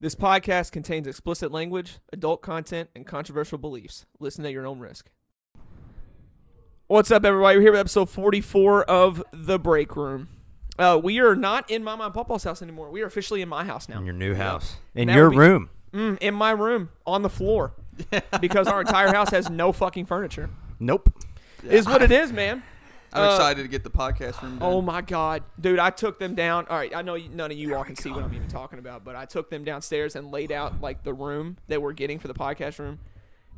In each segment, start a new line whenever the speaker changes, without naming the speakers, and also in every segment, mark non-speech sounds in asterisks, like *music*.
This podcast contains explicit language, adult content, and controversial beliefs. Listen at your own risk. What's up, everybody? We're here with episode 44 of The Break Room. Uh, we are not in Mama and Papa's house anymore. We are officially in my house now.
In
Mm.
your new house. In
That
your
would be-
room.
Mm, in my room, on the floor, because our entire
*laughs*
house has no fucking furniture.
Nope.
Is what it is, man.
I'm
Uh,
excited to get the podcast room done.
Oh my god, dude! I took them down. All right, I know you- none of you all can see what I'm even talking about, but I took them downstairs and laid out like the room that we're getting for the podcast room.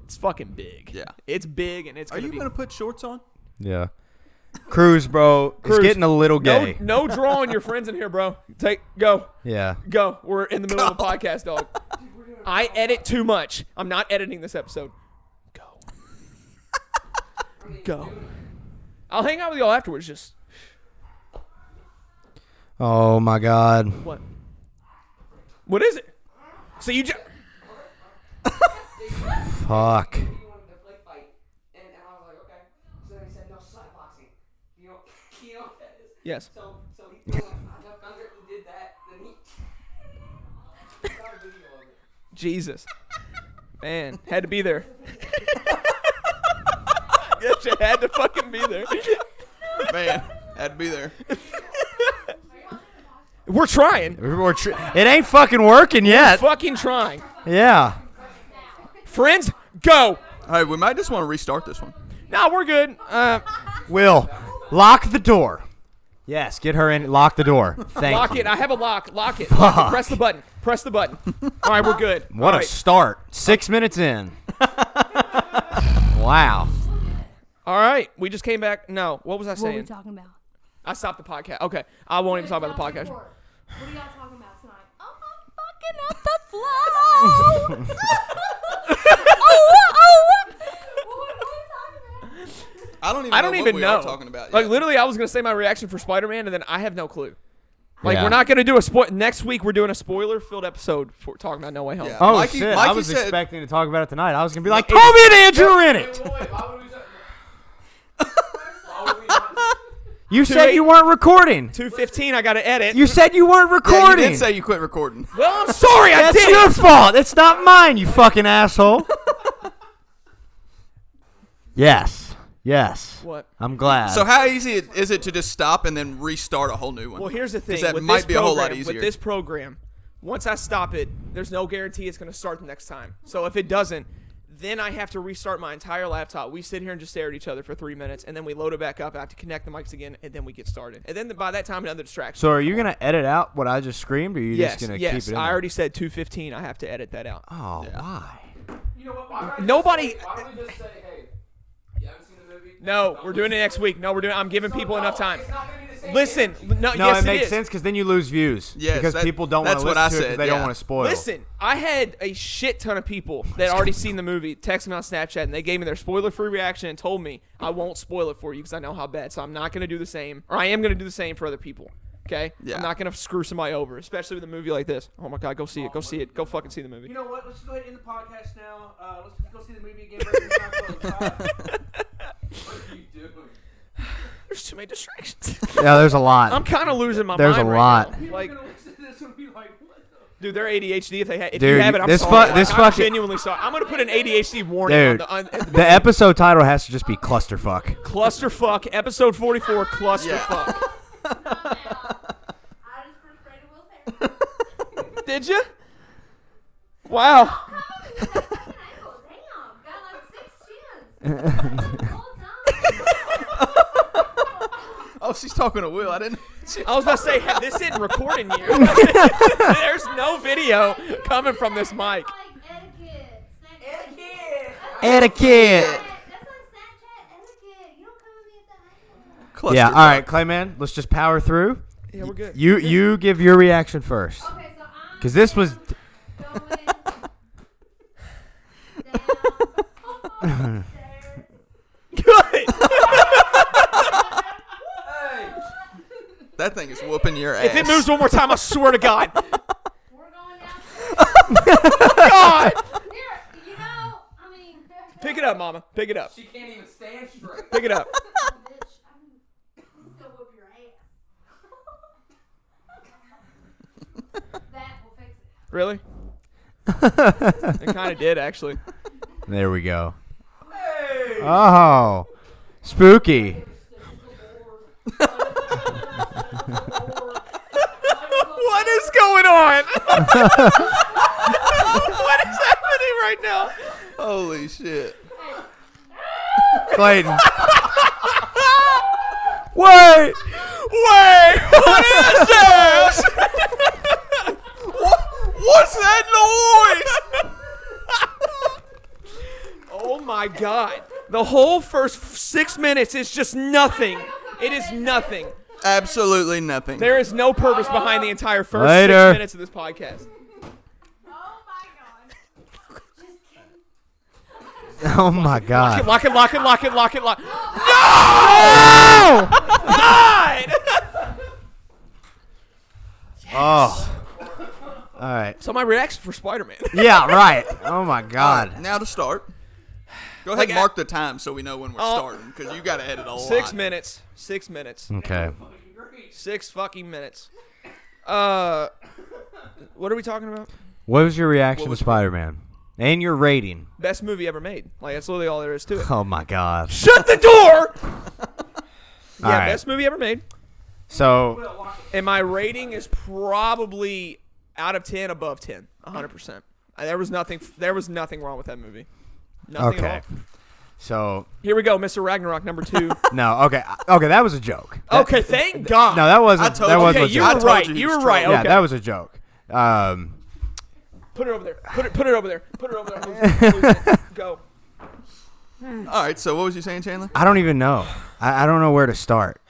It's fucking big.
Yeah.
it's big and it's.
Are
gonna
you
be-
going to put shorts on?
Yeah. Cruise, bro.
Cruz,
It's getting a little
no
gay.
no drawing your friends in here, bro? Take go
Yeah.
go. We're in the middle of a podcast, dog. I edit too much. I'm not editing this episode. Go go. I'll hang out with y'all afterwards. Just
Oh my God.
what? What is it? So you just.
Fuck.
he wanted to play fight, and, and I was like, okay. So then he said, no, slap boxing. You know, *laughs* you know what that is.
Yes.
So, so he threw like a knuck under, it, he did that, then he. I got a video of it.
Jesus. Man, had to be there. *laughs* yes, you had to fucking be there.
Man, I'd be
*laughs*
there.
We're trying.
We're tr- it ain't fucking working yet.
Fucking trying.
Yeah.
Friends, go.
All right, we might just want to restart this one.
Nah, we're good. Uh,
Will, lock the door. Yes, get her in. Lock the *laughs* door. Thank
lock
you.
it. I have a lock. Lock it. Lock it.
Fuck.
Press the button. Press the button. All right, we're good. All
What a
right.
start. Six minutes *laughs* in. wow.
All right, we just came back. No, what was I
What are we
saying?
talking about?
I stopped the podcast. Okay, I won't even talk about the podcast.
What are y'all talking about tonight? Oh,
*laughs*
I'm fucking up the flow. oh, oh,
I don't even.
I don't
know
even
what we
know.
Are talking about.
Like
yet.
literally, I was gonna say my reaction for Spider Man, and then I have no clue. Like
Yeah.
we're not gonna do a spoil. Next week we're doing a spoiler filled episode for talking about No Way Home.
Yeah.
Oh
Mikey-
shit! I
Mikey
was
said-
expecting to talk about it tonight. I was gonna be like, Toby and Andrew are in it. *laughs* you said
late.
you weren't recording.
Two fifteen. I gotta edit.
You said you weren't
Yeah, you
recording.
did say you quit recording.
well, I'm sorry. I
That's
did.
your fault. It's not mine. You fucking
*laughs*
asshole. yes. Yes.
What?
I'm glad.
So how easy it- is it to just stop and then restart a whole new one?
Well, here's the
'Cause
thing.
That
with
might
this
be
program,
a whole lot easier.
With this program, once I stop it, there's no guarantee it's gonna start the next time. So if it doesn't, then I have to restart my entire laptop. We sit here and just stare at each other for three minutes, and then we load it back up. I have to connect the mics again, and then we get started. And then by that time, another distraction.
So are you gonna edit out what I just screamed, or are you
yes,
just gonna
yes.
keep it? In
I
there?
already said two fifteen. I have to edit that out.
Oh, why?
You know what? Why would I just
Nobody-
Say, why would we just say, hey, you haven't seen the movie?
No, we're doing it next week. No, we're doing. I'm giving people enough time.
It's not gonna be the same
Listen,
energy.
l- no,
No,
yes,
it makes
is.
sense because then you lose views.
Yes,
because
that-
people don't want
that's
to
what
listen
I
to it
said,
'cause they don't
yeah.
want to spoil.
Listen, I had a shit ton of people that already seen the movie text me on Snapchat and they gave me their spoiler free reaction and told me I won't spoil it for you because I know how bad. So I'm not going to do the same, or I am going to do the same for other people. Okay?
Yeah.
I'm not going to screw somebody over, especially with a movie like this. Oh my God, go see it. Go see it. Go fucking see the movie.
You know what? Let's just go ahead and end the podcast now. Uh, let's just go see the movie again. Break it down for
*laughs*
like five. what are you doing?
There's too many distractions.
Yeah, there's a lot.
I'm kind of losing my
There's
mind.
a
right
lot.
now.
People
Like,
are gonna listen to this and be like, what the?
dude, their ADHD, if they had, if you
Dude,
have it, I'm
this fu-
sorry. Like,
this
I'm
fucking-
genuinely sorry. I'm going to put an ADHD warning on
Dude.
the, on, at the
the episode title has to just be clusterfuck.
clusterfuck, episode 44, clusterfuck.
I just perforated Will Ferrell.
Did you? Wow.
Fucking ankle, damn. Got like six
*laughs*
chins. Well done.
*laughs* oh, she's talking to Will. I didn't. *laughs* She,
I was about to say, hey, this isn't recording
*laughs*
you. There's no video coming from this mic.
Like etiquette. Etiquette.
Etiquette.
That's on Snapchat. Etiquette. You don't come at me at that angle.
cluster.
Yeah. All right, Clayman. Let's just power through.
Yeah, we're good.
You you give your reaction first,
Okay, so I'm.
because this was *laughs*
Going down.
Good.
That thing is whooping your ass.
if it moves one more time, I swear to
*laughs*
God.
We're going down.
God.
Here, you know, I mean.
Pick it up, Mama. Pick it up.
She can't even stand straight.
Pick it up.
Bitch, I'm just gonna whoop your ass. *laughs* that will fix it.
*laughs*
Really? It kind of did actually.
There we go. Oh, spooky.
What is going on? *laughs* what is happening right now?
Holy shit.
*laughs*
Clayton. Wait.
Wait, what is this?
What's that
*laughs*
noise?
oh my god. The whole first f- six minutes is just nothing. It is nothing.
Absolutely nothing.
There is no purpose behind the entire first
Later.
six minutes of this podcast.
*laughs* Oh my God.
Lock it, lock it, lock it, lock it, lock
Oh.
God!
Oh. All right.
So my reaction for Spider-Man.
Yeah. Right. Oh my
*laughs*
God.
Now to start. Go ahead
Like,
and mark the time so we know when we're
Oh.
starting because you got to edit a lot.
Six minutes. Six minutes.
Okay.
Six fucking minutes. Uh, what are we talking about?
What was your reaction
What was-
to Spider-Man and your rating?
Best movie ever made. Like that's literally all there is to it.
Oh my God.
Shut the door. *laughs* yeah,
All right.
best movie ever made.
So
And my rating is probably out of ten, above ten, hundred percent. There was nothing. There was nothing wrong with that movie. Nothing
okay.
at all.
So
Here we go, Mr. Ragnarok number
*laughs*
two.
no. Okay. Okay. That was a joke.
okay, thank God.
No, that wasn't.
I told
that
you.
was
okay,
a
you
joke.
were
told
right.
you
You,
he
were
was
right.
trolling.
Okay,
Yeah, that was a joke. Um.
put it over there. Put it. Put it over there. Put it over there. Move it, move
*laughs*
it. Go.
All right. So what was you saying, Chandler?
I don't even know. I, I don't know where to start.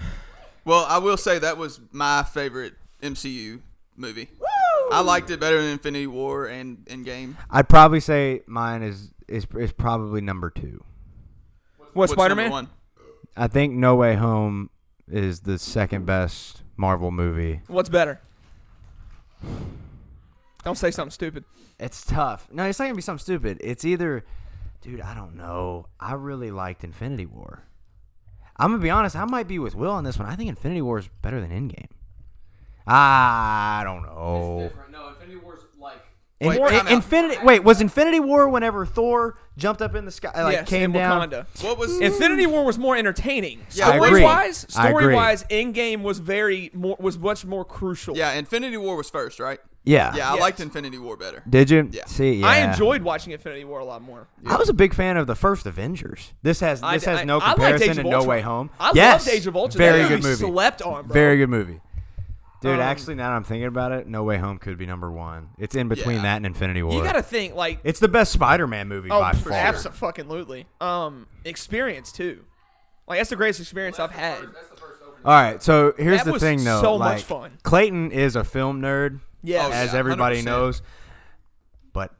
Well, I will say that was my favorite MCU movie. I liked it better than Infinity War and Endgame.
Uh,
I'd probably say mine is is is probably number two.
What
What's number
Spider-Man?
One?
I think No Way Home is the second best Marvel movie.
What's better? Don't say something stupid.
It's tough. No, it's not gonna be something stupid. It's either, dude, I don't know. I really liked Infinity War. I'm gonna be honest. I might be with Will on this one. I think Infinity War is better than Endgame. I don't
Oh.
know.
No, Infinity War's like.
In-
Wait,
in-
time out.
Infinity. Wait, was Infinity War whenever Thor jumped up in the sky, like
yes,
came
in
down?
Wakanda.
What was?
Infinity War was more entertaining.
Yeah, I agree.
story wise,
I agree.
story wise, Endgame was very more was much more crucial.
yeah, Infinity War was first, right?
Yeah.
Yeah, I
Yes.
liked Infinity War better.
Did you?
Yeah.
See, yeah.
I enjoyed watching Infinity War a lot more.
I was a big fan of the first Avengers. This has
I-
this has
I-
no
I liked
comparison
Age of
and No
Ultron.
Way Home.
I
yes,
loved Age of Ultron.
Very
That
good movie.
Slept on, bro.
Very good movie. Dude,
Um,
actually, now that I'm thinking about it, No Way Home could be number one. It's in between
Yeah.
that and Infinity War.
You gotta think like
it's the best Spider-Man movie
oh,
by far.
absolutely. Um, experience too. Like that's the greatest experience I've had.
All right, so here's
That
the
was
thing, though.
so
like,
much fun.
Clayton is a film nerd,
Yes.
Oh,
as
yeah,
everybody
100%.
knows. But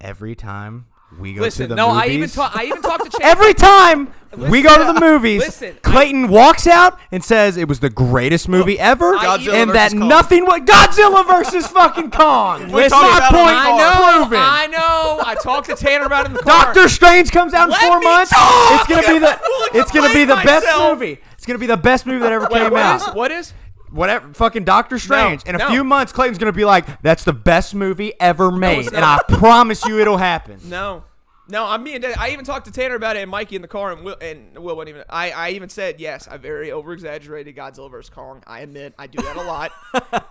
every time we go
Listen,
to the
no,
movies,
I even talk. I even
*laughs*
talked to Chandler.
Every time we go to the movies,
Listen, I-
Clayton walks out and says it was the greatest movie ever,
Godzilla
and that
versus Kong.
nothing was Godzilla versus fucking Kong.
We
Listen, my
talked about it on
point
the
I know.
proven.
I know. I talked to Tanner about it in the car.
*laughs* Doctor Strange comes out in
Let
four
me
months.
talk! *laughs*
It's gonna be the
Will you
it's gonna be
blame
the best
myself?
movie. It's gonna be the best movie that ever
Wait,
came
what
out.
is? What is?
Whatever, fucking Doctor Strange. in a
no.
few months, Clayton's gonna be like, "That's the best movie ever made,"
it's
and I promise you, it'll happen.
No, no. I'm being. dead. I even talked to Tanner about it and Mikey in the car, and Will and Will wasn't even. I, I even said yes. I very over exaggerated Godzilla vs Kong. I admit I do that a
*laughs*
lot.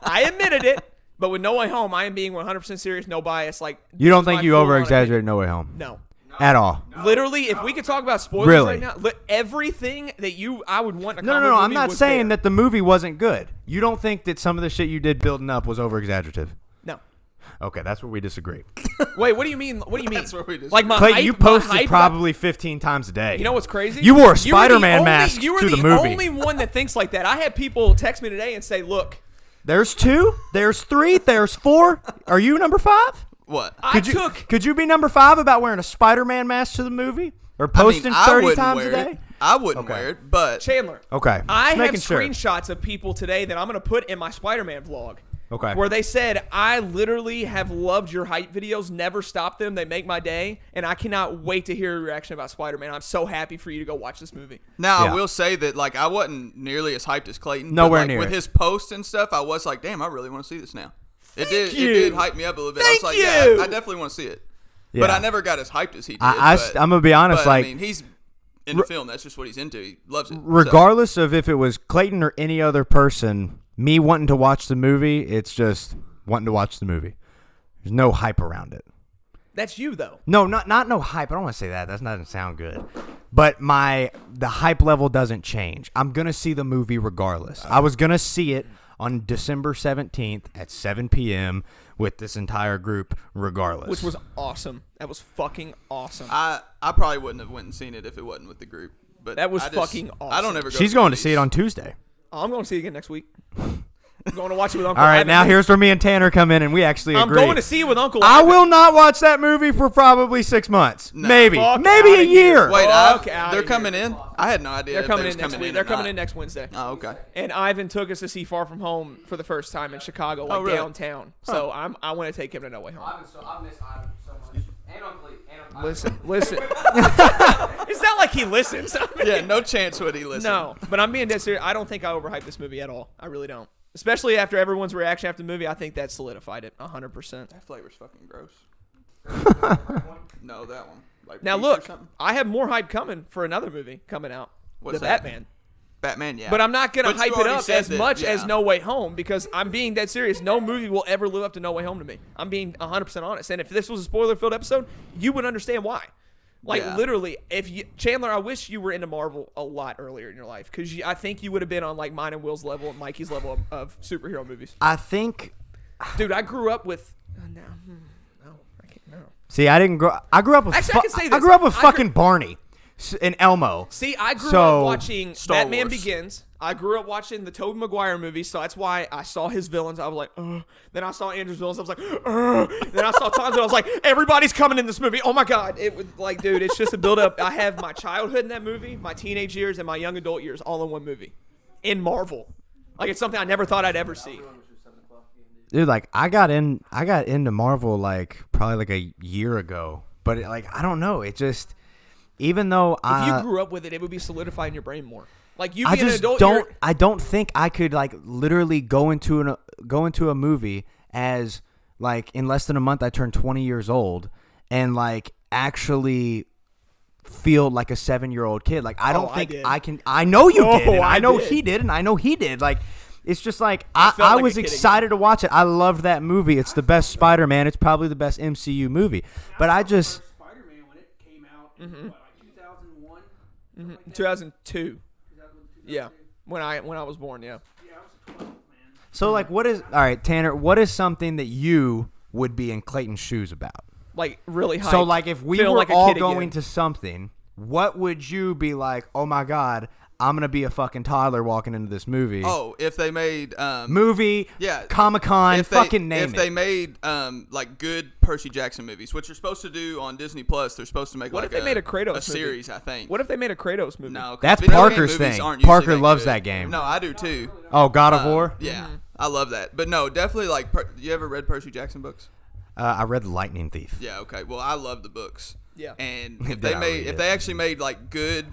I admitted it, but with No Way Home, I am being 100 percent serious, no bias. Like
You don't
it's my
think you
full-on
over exaggerated No Way Home?
opinion. No.
At all.
Literally, if we could talk about spoilers
Really?
right now, li- everything that you I would want. In a
No,
comic
no, no. I'm
movie
not
was
saying
there.
that the movie wasn't good. You don't think that some of the shit you did building up was over exaggerative.
No.
Okay, that's where
*laughs*
we disagree.
Wait, what do you mean? What do you mean?
That's where we disagree.
like my
Clayton,
hype-
you
my
posted
hype-
probably 15 times a day.
You know what's crazy?
You were a
the
Spider-Man
only-
mask
You were
to
the,
the movie.
only one that thinks like that. I had people text me today and say, "Look,
There's two. There's three. There's four. Are you number five?
What?
I
Could you
took."
could you be number five about wearing a Spider-Man mask to the movie or
I mean,
posting
I
30
wouldn't
times a
wear it.
day?
I wouldn't
Okay.
wear it, but
Chandler.
Okay,
I have
just making sure.
screenshots of people today that I'm going to put in my Spider-Man vlog.
Okay.
Where they said, "I literally have loved your hype videos. Never stop them. They make my day, and I cannot wait to hear your reaction about Spider-Man. I'm so happy for you to go watch this movie."
now
Yeah.
I will say that like I wasn't nearly as hyped as Clayton. but,
Nowhere
like,
near
With
it.
his posts and stuff, I was like, damn, I really want to see this now. It did.
you.
It did hype me up a little bit.
Thank
I was like, yeah,
you.
I, I definitely want to see it.
Yeah.
But I never got as hyped as he did.
I, I
but,
am gonna be honest.
but,
like,
I mean, he's in film. That's just what he's into. He loves it. so.
regardless of if it was Clayton or any other person, me wanting to watch the movie, it's just wanting to watch the movie. There's no hype around it.
That's you though.
No, not not no hype. I don't want to say that. That doesn't sound good. But my the hype level doesn't change. I'm gonna see the movie regardless. I was gonna see it on December 17th at 7 p.m. with this entire group regardless.
Which was awesome. That was fucking awesome.
I I probably wouldn't have went and seen it if it wasn't with the group. But
That was
I just-
fucking
I don't
awesome.
ever. Go
She's going to see it on Tuesday.
I'm going to see it again next week. I'm going to watch it with Uncle.
All
I
right,
haven't
now
seen-
here's where me and Tanner come in and we actually
I'm
agree.
going to see it with Uncle.
I
haven't-
will not watch that movie for probably six months, maybe,
Fuck
maybe
outta
a year.
here.
Wait,
Oh,
I,
okay, outta
they're
here.
coming in. I had no idea.
They're
if
coming
they was
in next
coming
week.
in
They're
or
coming
not.
in next Wednesday.
Oh, okay.
And Ivan took us to see Far From Home for the first time in Chicago, like
Oh, really?
downtown. So I'm I want to take him to No Way
*laughs*
Home.
Ivan, so I miss Ivan so much. And Uncle Lee. And Uncle
Listen, listen. *laughs* it's not like he listens. I mean,
*laughs* Yeah, no chance would he listen.
*laughs* No, but I'm being dead serious. I don't think I overhyped this movie at all. I really don't. Especially after everyone's reaction after the movie, I think that solidified it 100%.
That flavor's
*laughs*
fucking gross. no, that one. Like
Now
beef or
look,
something?
I have more hype coming for another movie coming out,
What's
the
that?
Batman.
Batman. Yeah,
But I'm not gonna
But you
hype it
already
up
said
as
that,
much
yeah.
as No Way Home because I'm being dead serious. No movie will ever live up to No Way Home to me. I'm being 100% honest. And if this was a spoiler-filled episode, you would understand why. Like
Yeah.
literally, if you Chandler, I wish you were into Marvel a lot earlier in your life because you, I think you would have been on like mine and Will's level and Mikey's level of, of superhero
*laughs*
movies.
I think.
Dude, I grew up with. Uh, no, hmm, no, I can't. No.
See, I didn't grow. I grew up with.
Actually, I
fu-
can say
I
this.
grew up with
I grew-
fucking Barney s- and Elmo.
See, I grew
So,
up watching
Star
Batman
Wars.
Begins. I grew up watching the Tobey Maguire movies, so that's why I saw his villains. I was like, Ugh. then I saw Andrew's villains. I was like, Ugh. then I saw Tom's. and I was like, everybody's coming in this movie. Oh my god! It was like, dude, it's just a build up. I have my childhood in that movie, my teenage years, and my young adult years all in one movie, in Marvel. Like it's something I never thought I'd ever see.
Dude, like I got in, I got into Marvel like probably like a year ago, but it, like I don't know. It just, even though
If
I,
you grew up with it, it would be solidified in your brain more. Like you
Uh, I
being an
just
adult,
don't.
you're-
I don't think I could like literally go into an go into a movie as like in less than a month I turned twenty years old and like actually feel like a seven year old kid. Like I don't
Oh, I
think
did.
I, can. I know
*laughs*
you
Oh,
did. and I,
I
know
did.
he did, and I know he did. Like. It's just like I,
felt
I
like a
was
kid again.
excited to watch it. I loved that movie. It's the best Spider Man. It's probably the best MCU movie. But I just
Spider Man when it came out in
Mm-hmm.
what, like 2001?
2002. Yeah, when I when I was born, yeah.
Yeah, I was 12, man.
so like what is all right, Tanner? What is something that you would be in Clayton's shoes about?
like really high.
So like if we
feel
were
like a
all
kid
going
again.
to something, what would you be like, "Oh my god, I'm going to be a fucking toddler walking into this movie."
Oh, if they made um,
Movie,
Yeah.
Comic-Con,
if they,
fucking name
if
it.
they made um like good Percy Jackson movies, which you're supposed to do on Disney Plus, they're supposed to make
What if
like
they made a Kratos movie?
series, I think.
what if they made a Kratos movie?
no, 'cause
That's
video game
Parker's
movies
thing.
aren't usually
Parker loves
good.
that game.
No, I do too.
oh, God
Uh,
of War?
Yeah,
Mm-hmm.
I love that. But no, definitely like per- you ever read Percy Jackson books?
Uh, I read Lightning Thief.
Yeah, okay. Well, I love the books.
Yeah.
*laughs*
And
Did
if they
I read
made if
it?
they actually made like good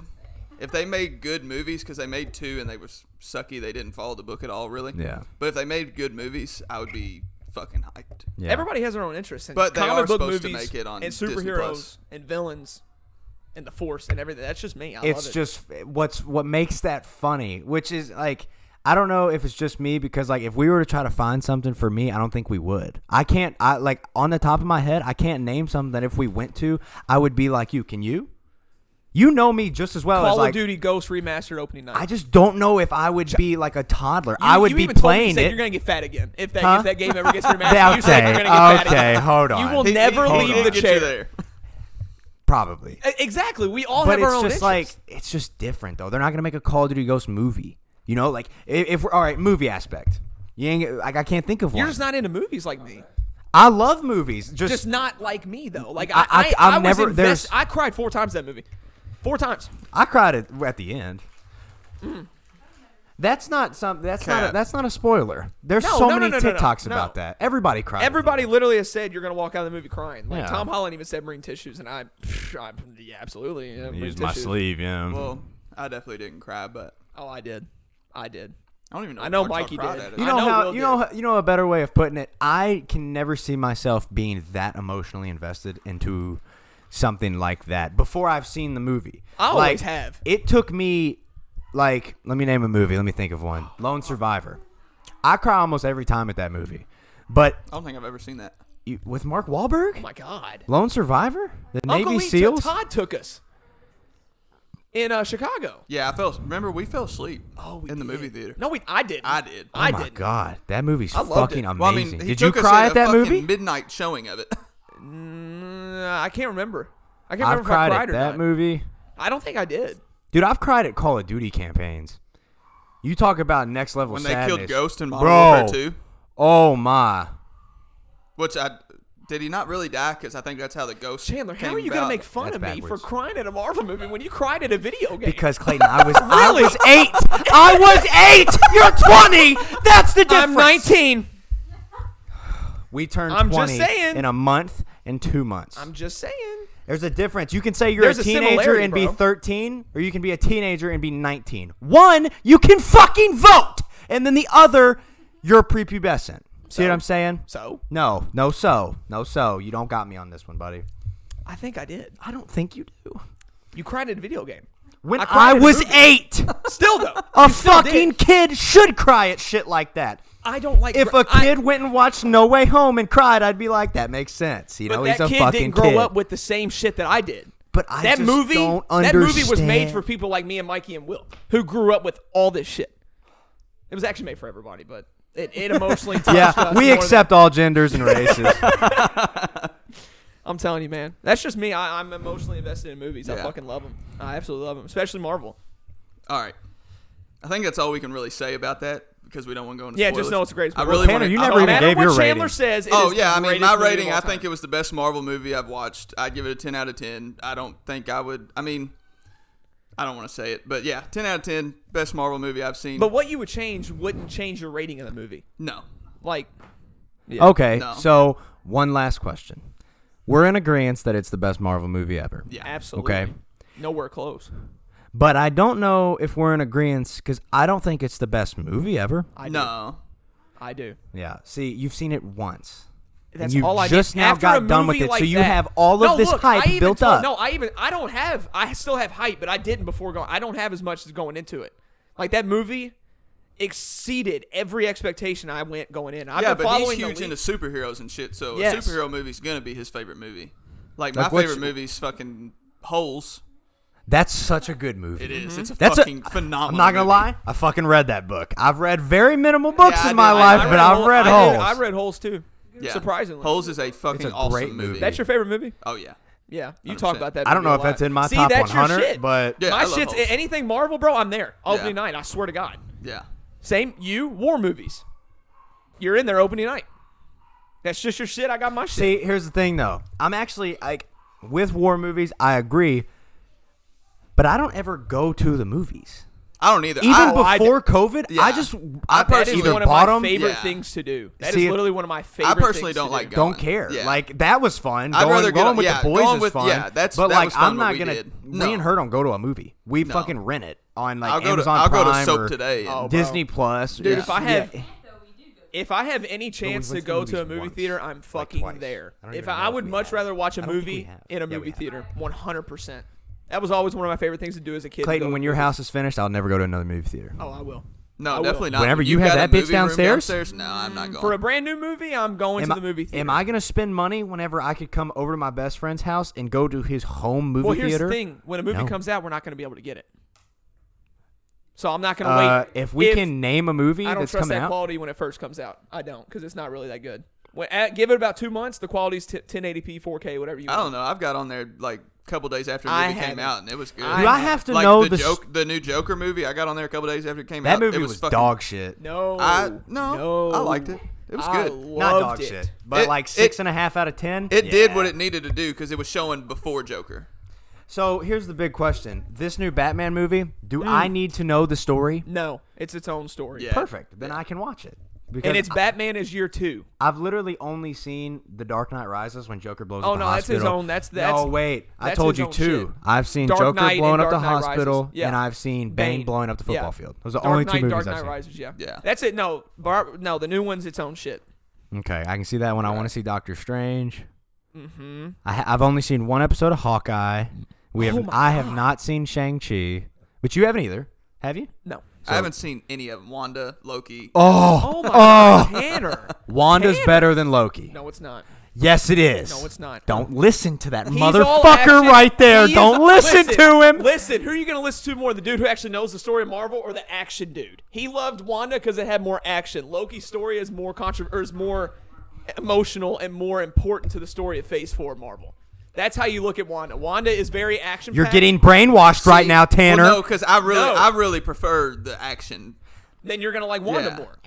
if they made good movies cuz they made two and they were s- sucky, they didn't follow the book at all really.
Yeah.
But if they made good movies, I would be fucking hyped.
Yeah.
Everybody has their own interests, in
But they
comic
are
book
supposed
movies
to make it on
and
Disney
superheroes
Plus.
and villains and the Force and everything. That's just me. I
it's
love it.
just what's what makes that funny, which is like I don't know if it's just me because like if we were to try to find something for me, I don't think we would. I can't I like on the top of my head, I can't name something that if we went to, I would be like you. Can you? You know me just as well
Call
as
of
like
Duty Ghost remastered opening night.
I just don't know if I would be like a toddler.
You-
I would
you
be
even told me, you
playing
said
it.
You're gonna get fat again if that
Huh?
if that game ever
*laughs*
gets remastered.
Yeah,
You said you're
okay,
gonna get fat
okay,
again.
hold
You
on.
will
He-
never
he- he
leave
did
the
get you
chair.
there.
Probably.
E- Exactly. We all
But
have our
it's
own
just
interests.
like it's just different though. They're not gonna make a Call of Duty Ghost movie. You know, like if, if we're all right, movie aspect. You ain't like I can't think of one.
you're just not into movies like me.
I love movies. Just,
Just not like me though. Like
I-
I, I,
I- I've
I was
never- there's-
invest- I cried four times that movie. Four times.
I cried at, at the end.
Mm.
That's not some. That's not. A,
Cap.
that's not a spoiler. There's
No,
so
no,
many
no, no, no,
TikToks
no.
about that. Everybody cried. at the
Everybody
end.
literally has said you're gonna walk out of the movie crying. Like
Yeah.
Tom Holland even said marine tissues, and I, I yeah, absolutely. Yeah, marine tissues.
Yeah.
Well, I definitely didn't cry, but
Oh, I did, I did.
I don't even know.
I
if
know
Mark
Mikey
Clark
did.
cried at
I
it.
You know,
know
how
Will
you
did.
know how- you know a better way of putting it. I can never see myself being that emotionally invested into something like that before I've seen the movie.
I always
Like,
have.
It took me like let me name a movie. Let me think of one. Lone Survivor. I cry almost every time at that movie. But
I don't think I've ever seen that.
you, with Mark Wahlberg,
Oh my God.
Lone Survivor, the
Uncle
Navy
Lee
SEALs.
Took, Todd took us in uh, Chicago.
Yeah, I fell. Remember, we fell asleep.
Oh, we
in the
did.
movie theater.
No, we. I did.
I did.
oh
I
my
did.
god, that movie's
loved it.
fucking amazing.
Well, I mean, he
Did you
took us
cry
in
at
a
that
fucking
movie?
Midnight showing of it. *laughs*
Mm, I can't remember. I can't
I've
remember if I
cried
cried
at
or
that
not.
movie.
I don't think I did.
Dude, I've cried at Call of Duty campaigns. You talk about next level
When
sadness.
they killed Ghost in Modern
Bro.
Warfare 2,
Oh my.
which I did he not really die? Because I think that's how the ghost.
Chandler, how
came
are you gonna
about.
make fun
That's
of me for
backwards.
crying at a Marvel movie when you cried at a video game?
Because Clayton, I was I
Really?
was eight. I was eight. You're 20. That's the difference.
I'm 19.
We turned
I'm
20
just saying.
in a month and two months.
I'm just saying.
There's a difference. You can say you're
There's a
a teenager
similarity,
and
bro.
be 13, or you can be a teenager and be 19. One, you can fucking vote, and then the other, you're prepubescent.
So-
See what I'm saying?
So
No, no, so, no, so. You don't got me on this one, buddy.
I think I did.
I don't think you do.
You cried at a video game.
When
I cried
I,
at a
was
movie. *laughs*
eight,
Still though,
a
you still did.
fucking kid should cry at shit like that.
I don't like.
If
gr-
a
I-
kid went and watched No Way Home and cried, I'd be like, that makes sense. You
but
know,
that
he's a
kid
fucking
didn't grow
kid.
up with the same shit that I did.
but I
that
just
movie,
don't
that movie was made
understand.
for people like me and Mikey and Will, who grew up with all this shit. It was actually made for everybody, but it, it emotionally touched
*laughs* Yeah,
us
we
more than-
accept all genders
*laughs*
and races.
I'm telling you, man. That's just me. I, I'm emotionally invested in movies. I
Yeah.
fucking love them. I absolutely love them, especially Marvel.
All right, I think that's all we can really say about that because we don't want to go into.
Yeah,
spoilers.
just know it's the greatest
I
movie.
really
Tanner,
want
you
to.
never
no
even
matter
gave
what
your
Chandler
rating.
says, it
Oh
is
yeah,
the
I mean
greatest
my
movie of
rating.
all
I
time.
think it was the best Marvel movie I've watched. I'd give it a ten out of ten. I don't think I would. I mean, I don't want to say it, but yeah, ten out of ten, best Marvel movie I've seen.
But what you would change wouldn't change your rating of the movie.
no,
Like,
okay,
No.
so one last question. We're in agreement that it's the best Marvel movie ever.
yeah,
absolutely.
Okay.
Nowhere close.
But I don't know if we're in agreement because I don't think it's the best movie ever.
I do.
no,
I do.
Yeah. See, you've seen it once.
That's
you
all I
just
did.
now
After
got
a
done with
movie
it, so
like
you
that-
have all of
No,
this
look, I
hype
even
built
told-
up.
No, I even I don't have. I still have hype, but I didn't before going. I don't have as much as going into it. Like that movie exceeded every expectation I went going in. I've
yeah.
been
But he's
following the
huge
league.
into superheroes and shit, so a
Yes.
superhero movie's gonna be his favorite movie.
Like,
Like, my
what's-
favorite movie's fucking Holes.
That's such a good movie.
It is. It's a
Mm-hmm. That's a-
fucking phenomenal.
I'm not gonna lie.
movie.
I fucking read that book. I've read very minimal books
Yeah, I
in my
did. I-
life,
I
but
read
I've read
I,
Holes.
did- I read Holes too.
Yeah.
Surprisingly,
Holes is a fucking
It's a
awesome
great movie.
That's your favorite movie?
Oh yeah.
Yeah, you
100%.
talk about that.
I don't
movie
know
a
if that's
lot.
in my
See,
top
that's your
100,
shit.
but-
Yeah, I
my
love
shit's
Holes.
anything Marvel, bro. I'm there opening night. I swear to God.
Yeah.
Same you war movies. You're in there opening night. That's just your shit. I got my shit.
See, here's the thing though. I'm actually like with war movies, I agree, but I don't ever go to the movies.
I don't either.
Even
I,
Oh, I d-
before COVID,
Yeah.
I just I,
I
that is
personally
either
one of
bought
my
'em,
favorite
Yeah.
things to do. That is
See,
literally one of my favorite.
I personally
things
don't
to
like.
do.
Going.
don't care.
Yeah.
Like that was fun.
I'd
going,
rather go
going
to-
with
yeah,
the boys
going
is
with-
fun.
yeah, that's-
but
that
like
was fun
I'm
when
not
we
gonna.
did.
Me
No.
and her don't go to a movie. We fucking rent it on like
I'll go
Amazon
to. I'll go to
Prime
Soap
or
today. and-
Oh, bro.
Disney Plus.
Dude,
Yeah.
if I have
Though we do go.
if I have any chance
went
to
to
go
the
to a
movies
movie
once,
theater, I'm
like
fucking
twice.
there.
I don't
If
even
I,
know
I
if
would
we
much
have.
rather watch a
I don't think we
movie
have.
in a
Yeah, we
movie
have.
theater, 100. percent That was always one of my favorite things to do as a kid.
Clayton,
go
when
to
your
movies.
house is finished, I'll never go to another movie theater.
Oh, I will. I
No,
will.
definitely not.
Whenever
When
you
you've
have
got
that
a
bitch
movie room
downstairs?
no, I'm not going.
For a brand new movie, I'm going to the movie theater.
Am I gonna spend money whenever I could come over to my best friend's house and go to his home movie
well, here's
theater?
the thing: when a movie
No.
comes out, we're not going to be able to get it. So I'm not going to
Uh,
wait.
if we can name a movie
I don't
that's
trust
coming
that
out,
quality when it first comes out. I don't because it's not really that good. When, at, give it about two months, the quality's t- 1080p, 4K, whatever you
I
want.
don't know. I've got on there like a couple days after the
I
movie
haven't.
came out, and it was good.
I
do I have to
like
know
the,
the s-
joke, the new Joker movie. I got on there a couple days after it came
that
out.
movie
it was,
was
fucking,
dog shit.
No,
I no,
no,
I liked it. It was
I
good.
loved
Not dog
it.
shit, but
It-
like
it-
six and a half out of ten.
It did what
Yeah.
it needed to do because it was showing before Joker.
So here's the big question: This new Batman Hmm. movie, do I need to know the story?
No, it's its own story.
Yeah.
Perfect. Then I can watch it. Because
and it's
I-
Batman is year two.
I've literally only seen The Dark Knight Rises when Joker blows
Oh,
up the
no, that's his
hospital.
own- that's- that's-
no, wait. I
that's
told
his
you
own
two.
shit.
I've seen
Dark
Joker
Knight
blowing
and
up the
Dark Knight
hospital,
Rises. Yeah.
and I've seen Bane,
Bane.
blowing up the football
Yeah.
field. Those are the
Dark
only
Knight,
two movies
Dark
I've
Knight
seen.
Rises. Yeah,
Yeah.
That's it. No, Bar- no, the new one's its own shit.
Okay, I can see that one. I want to see Doctor Strange.
Mm-hmm.
I ha- I've only seen one episode of Hawkeye. We have.
Oh my
I have
God.
not seen Shang Chi, but you haven't either, have you?
No.
So-
I haven't seen any of them. Wanda, Loki.
Oh, *laughs*
Oh my
oh.
God,
*laughs*
Tanner.
Wanda's
Tanner.
better than Loki.
No, it's not.
Yes, it is.
No, it's not.
Don't listen to that
He's all
motherfucker
action.
right there.
He is-
Don't listen, to him.
Listen, who are you going to listen to more? The dude who actually knows the story of Marvel or the action dude? He loved Wanda because it had more action. Loki's story is more contro- or is more emotional and more important to the story of Phase 4 of Marvel. That's how you look at Wanda. Wanda is very action
You're getting brainwashed right
See,
now,
well,
Tanner.
no, because I really,
No.
I really prefer the action.
Then you're going to like Wanda
Yeah.
more.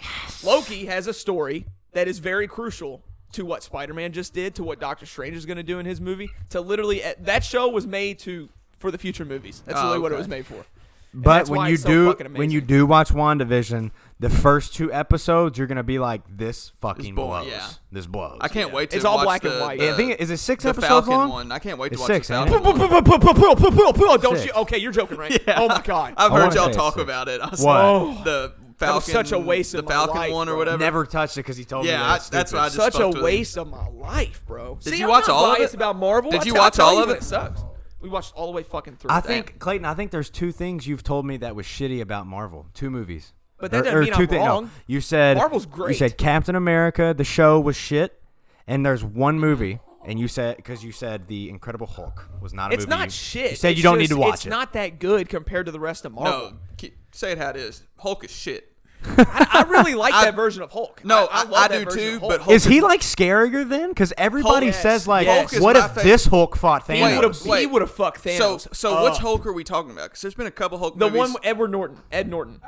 Loki has a story that is very crucial to what Spider-Man just did, to what Doctor Strange is going to do in his movie, to literally eh, that show was made to for the future movies. That's
Oh,
really what it
okay.
was made for. And
but
that's
when
why
you
it's so
do
fucking
when you
amazing.
do watch WandaVision, the first two episodes you're gonna be like, This fucking
bull-
blows.
yeah.
This blows.
I can't wait to
It's all
watch
black and
the,
white.
The,
Yeah,
I think it- is it six
the
episodes
Falcon
long?
one. I can't wait to
It's
watch
six,
the
ain't
Falcon
it?
Pull, *laughs*
one.
pull, pull, pull, pull, pull, pull, pull, pull. Don't
Six.
you? Okay, you're joking, right? Oh my god.
I've
I
heard
wanna
y'all
say it's
talk
six.
about it. I was
What?
like,
Oh.
the Falcon.
That was such a waste
The
of my
Falcon
life,
one or
bro.
whatever.
Never touched it because he told me.
Yeah,
that
I,
it's
that's
stupid.
what I just
Such a
fucked with.
waste of my life, bro.
Did
See,
you
I'm
watch
not
all of
biased
it?
about Marvel.
Did
I
you
tell- I
watch
tell
all
you
of
when
it?
It sucks. We watched all the way fucking through.
I think Clayton. I think there's two things you've told me that was shitty about Marvel. Two movies.
But that doesn't mean I'm
thi- no.
wrong.
You said
Marvel's
You
great.
said Captain America, the show was shit, and there's one movie, and you said because you said the Incredible Hulk was not. a
it's
movie you-
not shit.
You said
It's
you don't need
just-
to watch
It's
it.
not that good compared to the rest of Marvel.
No, keep, say it how it is. Hulk is shit.
I, I really like
I-
that version of Hulk.
No,
I, I,
I-
love
I
that
do
version of
too,
Hulk.
but Hulk
Is he like scarier then? Because everybody
Hulk-
says like,
yes. Hulk
is
what
my
if
favorite-
this Hulk fought
He would've- Uh,
Thanos?
he would
wait.
have fucked
So,
Thanos.
so
up.
which Hulk are we talking about? Because there's been a couple Hulk
Uh. The
movies.
one with Edward Norton, Ed Norton,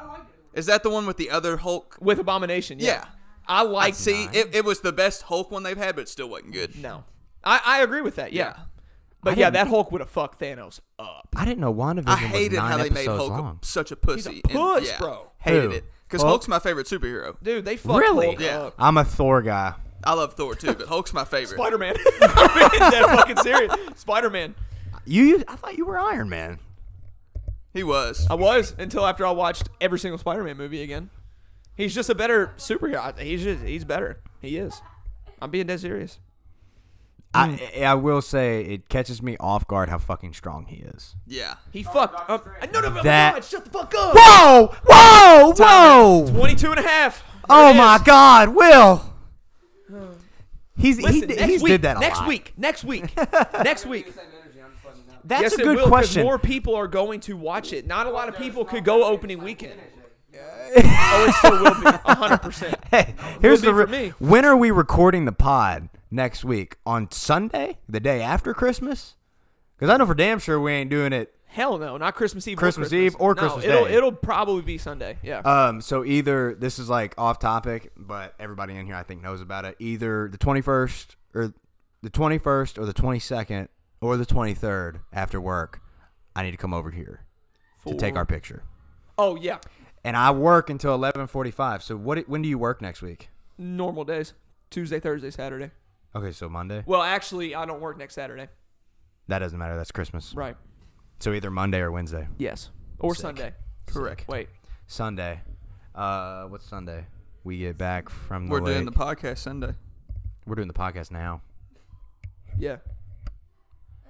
is that the one with the other Hulk?
with Abomination. Yeah,
Yeah.
I like.
See, it, it was the best Hulk one they've had, but it still wasn't good.
No, I, I agree with that. Yeah,
Yeah.
but
I
yeah,
didn't-
that Hulk would have fucked Thanos up.
I didn't know WandaVision
I hated
was nine
how they made
episodes
Hulk a-
long.
such a pussy.
He's a puss,
yeah,
bro.
Hated
Who?
it because
Hulk?
Hulk's my favorite superhero.
Dude, they fucked
Really?
Hulk
Yeah.
up.
I'm a Thor guy.
I love Thor too, but Hulk's my favorite.
Spider Man. *laughs* that fucking serious. Spider Man.
You, I thought you were Iron Man.
He was.
I was until after I watched every single Spider Man movie again. He's just a better superhero. I- He's just he's better. He is. I'm being dead serious.
I, I will say it catches me off guard how fucking strong he is.
Yeah.
He fucked up. No, no, no,
That-
no, shut the fuck up.
Whoa! Whoa! Whoa!
22 and a half. There
Oh
it
my
is.
God, Will! He's
Hmm. Listen,
he,
next
he's
week,
did that a
next
lot.
week, next week,
*laughs*
next week.
That's
yes,
a
it
good
will, 'cause
question. *laughs*
More people are going to watch it. Not a lot of people could go opening weekend. oh, it still will
*laughs*
be 100. percent
Hey, here's
be
the re-
for me.
when are we recording the pod next week on Sunday, the day after Christmas? Because I know for damn sure we ain't doing it.
Hell no, not Christmas Eve.
Christmas
or
Eve or
No,
Christmas
it'll,
Day.
It'll probably be Sunday. Yeah.
Um, so either this is like off topic, but everybody in here I think knows about it. Either the 21st or the 21st or the 22nd or the 23rd after work, I need to come over here to take
For-
our picture.
Oh yeah,
And I work until 11:45. So what? When do you work next week?
normal days. Tuesday, Thursday, Saturday.
Okay, so Monday.
Well, actually, I don't work next Saturday.
That doesn't matter. That's Christmas.
Right.
So either Monday or Wednesday.
Yes. Or
Sick.
Sunday.
Correct.
Wait.
Sunday. Uh, what's Sunday? We get back from the
We're doing the
lake.
podcast Sunday.
we're doing the podcast now.
Yeah.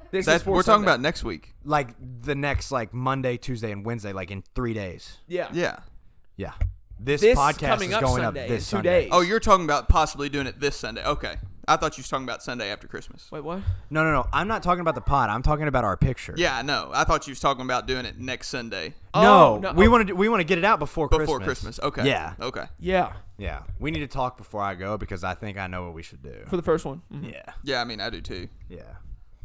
This is
That's
for
we're talking
Sunday.
about next week.
Like the next like Monday, Tuesday, and Wednesday, like in three days.
Yeah.
Yeah.
Yeah. This,
This
podcast
coming
is
up
going
Sunday,
up
in
this
two
Sunday.
days.
Oh, you're talking about possibly doing it this Sunday. Okay. I thought you was talking about Sunday after Christmas.
Wait, what?
No, no, no. I'm not talking about the pod. I'm talking about our picture.
Yeah, I know. I thought you was talking about doing it next Sunday
No,
Oh, no.
we
Oh.
want to we want to get it out before Christmas.
before Christmas. Okay.
Yeah.
Okay.
Yeah.
Yeah. We need to talk before I go because I think I know what we should do.
For the first one. Mhm.
yeah.
Yeah, I mean, I do too.
Yeah.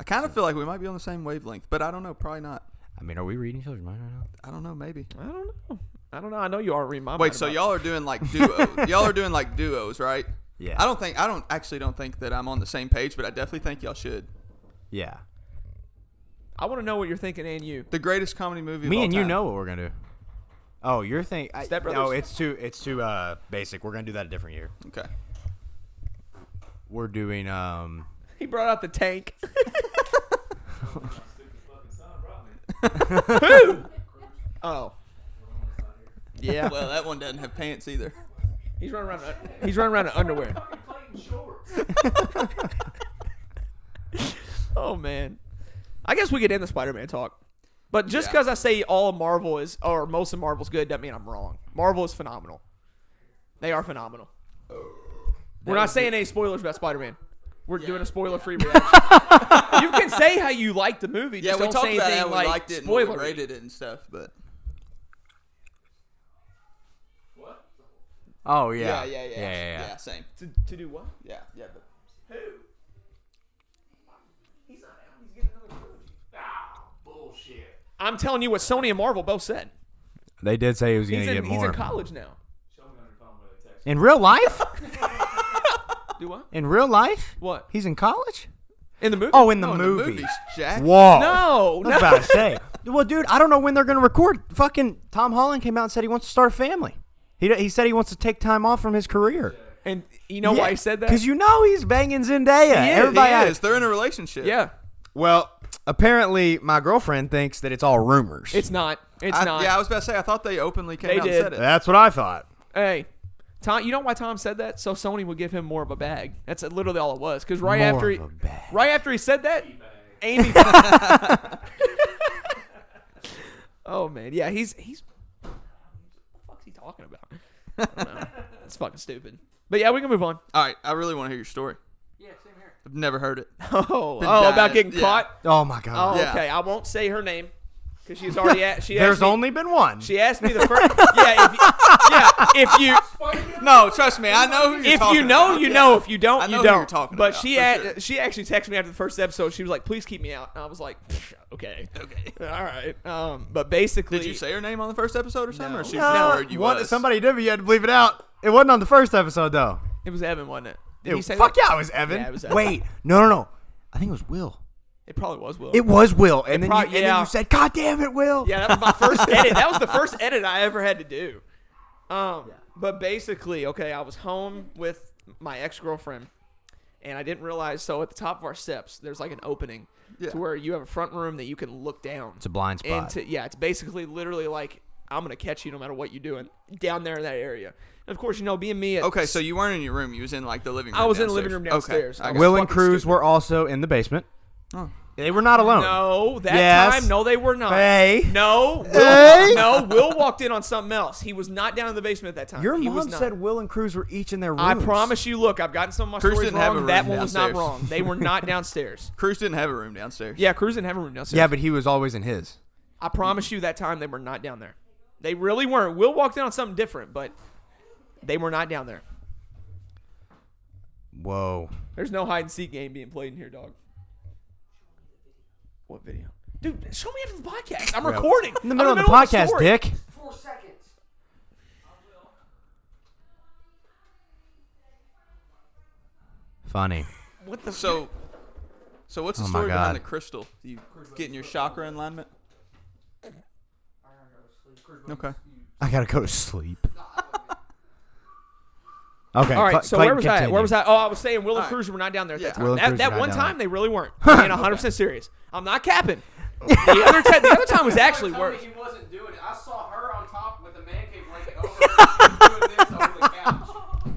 I kind of feel like we might be on the same wavelength, but I don't know. Probably not.
I mean, are we reading children's mind right now?
I don't know. Maybe.
I don't know. I don't know. I know you are reading my
Wait,
mind
so
about-
y'all are doing like
*laughs*
duos. y'all are doing like duos, right?
Yeah.
I don't think I don't actually don't think that I'm on the same page, but I definitely think y'all should.
Yeah.
I want to know what you're thinking and you. *laughs*
The greatest comedy movie. of
Me
all
and you
time.
know what we're gonna do. Oh, you're thinking?
Step
No,
Brothers?
it's too it's too uh, basic. We're gonna do that a different year.
Okay.
We're doing um.
He brought out the
*laughs*
tank. *laughs* Oh. Yeah.
Well, that one doesn't have
*laughs*
pants either.
He's running around. uh, He's running around in
*laughs*
underwear. Oh man. I guess we could end the Spider-Man talk. But just
Yeah.
because I say all of Marvel is or most of Marvel's good doesn't mean I'm wrong. Marvel is phenomenal. They are phenomenal. We're not saying any spoilers about Spider-Man. We're doing a
*laughs*
spoiler-free reaction. you can say how you like the movie.
Yeah,
just
we
don't
talked
say
about
anything
how we
like
liked it and
spoiler.
what we rated it and stuff, but
Oh yeah.
yeah, yeah, yeah,
yeah, yeah, yeah.
same.
To, to do what?
Yeah, yeah. But
Bullshit.
I'm telling you what Sony and Marvel both said.
They did say he was gonna
He's,
get
in, he's
more.
in college now.
Show me on your phone where they text.
in real life?
Do what?
In real life?
What?
He's in college?
In the movie?
Oh, in the
Oh,
movie.
the movies, Jack.
Whoa.
no,
I was
no.
about to say. *laughs* Well, dude, I don't know when they're going to record. Fucking Tom Holland came out and said he wants to start a family. He, he said he wants to take time off from his career.
And you know why I said that?
Because you know he's banging Zendaya.
He is,
Everybody
He
out-
is. They're in a relationship.
yeah,
Well, apparently my girlfriend thinks that it's all rumors.
it's not. It's
I,
not.
yeah. I was about to say. I thought they openly came
They
out
did.
and said it.
That's what I thought.
Hey, Tom, you know why Tom said that? So Sony would give him more of a bag. That's literally all it was. Because right
More
after he,
of a bag.
right after he said that, Amy.
*laughs*
*laughs* oh man, yeah, he's he's. What the fuck's he talking about? I don't know.
*laughs*
That's fucking stupid. But yeah, we can move on.
All right. I really want to hear your story.
Yeah, same here.
I've never heard
*laughs*
it.
Oh,
Been
oh about
dying.
getting
Yeah.
caught.
Oh my
Oh,
god.
Yeah.
okay. I won't say her name because she's already at. She asked
There's
me-
only been one.
She asked me the first. yeah, if you, yeah, if
*laughs*
you
No, trust me. I know who you're
if
talking
you know,
about.
you
Yeah.
know. If you don't,
I know
you
who you're
don't.
talking
but
about,
she
for
a-
sure.
she actually texted me after the first episode. She was like, "Please keep me out," and I was like, "Pfft, "Okay,
Okay.
all right." Um, but basically,
Did you say her name on the first episode or something?
No.
Or she
No.
just heard you
Uh, what,
was?
somebody did, but you had to believe it out. It wasn't on the first episode though.
it was Evan, wasn't it? Did
It-
he say
fuck
that?
yeah, it was Evan.
Yeah, it was Evan.
Wait, no, no, no. I think it was Will.
It probably was Will.
It was Will, and then,
prob-
you, and then
yeah.
you said, "God damn it, Will!"
yeah, that was my
*laughs*
first edit. That was the first edit I ever had to do. Um, but basically, okay, I was home with my ex girlfriend, and I didn't realize. So at the top of our steps, there's like an opening
Yeah.
to where you have a front room that you can look down.
It's a blind
And
spot.
to, yeah, it's basically literally like I'm gonna catch you no matter what you're doing down there in that area. And of course, you know, being me. At,
Okay, so you weren't in your room. You was in like the living room.
I was in the
downstairs.
living room
Okay,
downstairs.
I got
Will
it.
and Cruz were also in the basement. They were not alone.
no, that
Yes.
time, no, they were not.
Hey.
No, Will,
Hey.
no, Will walked in on something else. He was not down in the basement at that time.
Your
he was
mom
not.
said Will and Cruz were each in their rooms.
I promise you. Look, I've gotten some of my
Cruz
stories
didn't have
wrong.
a
That
room
one was not
downstairs.
wrong. They were
*laughs*
not downstairs.
Cruz didn't have a room downstairs.
Yeah, Cruz didn't have a room downstairs.
Yeah, but he was always in his.
I promise you, that time they were not down there. They really weren't. Will walked in on something different, but they were not down there.
Whoa.
There's no hide and seek game being played in here, dog. What video? Dude, show me after the podcast. I'm recording.
In the
I'm
middle, of the podcast,
story.
Dick.
Four seconds.
Funny.
What the?
So, so what's the
Oh my
story
God.
behind the crystal? You getting your chakra alignment? Okay.
I gotta go to sleep. *laughs* okay.
All right.
Cl-
so
Clayton,
where was I? at?
continue.
Where was I? Oh, I was saying Will and
All right.
Cruz were not down there at
Yeah.
that time.
Will and
that
Cruz
that
were not
one
down
time they really
*laughs*
weren't. I'm being 100 percent serious. I'm not capping. the other time, the other time was actually
Tell me
worse.
he wasn't doing it. I saw her on top with a man cave blanket over her *laughs* doing this over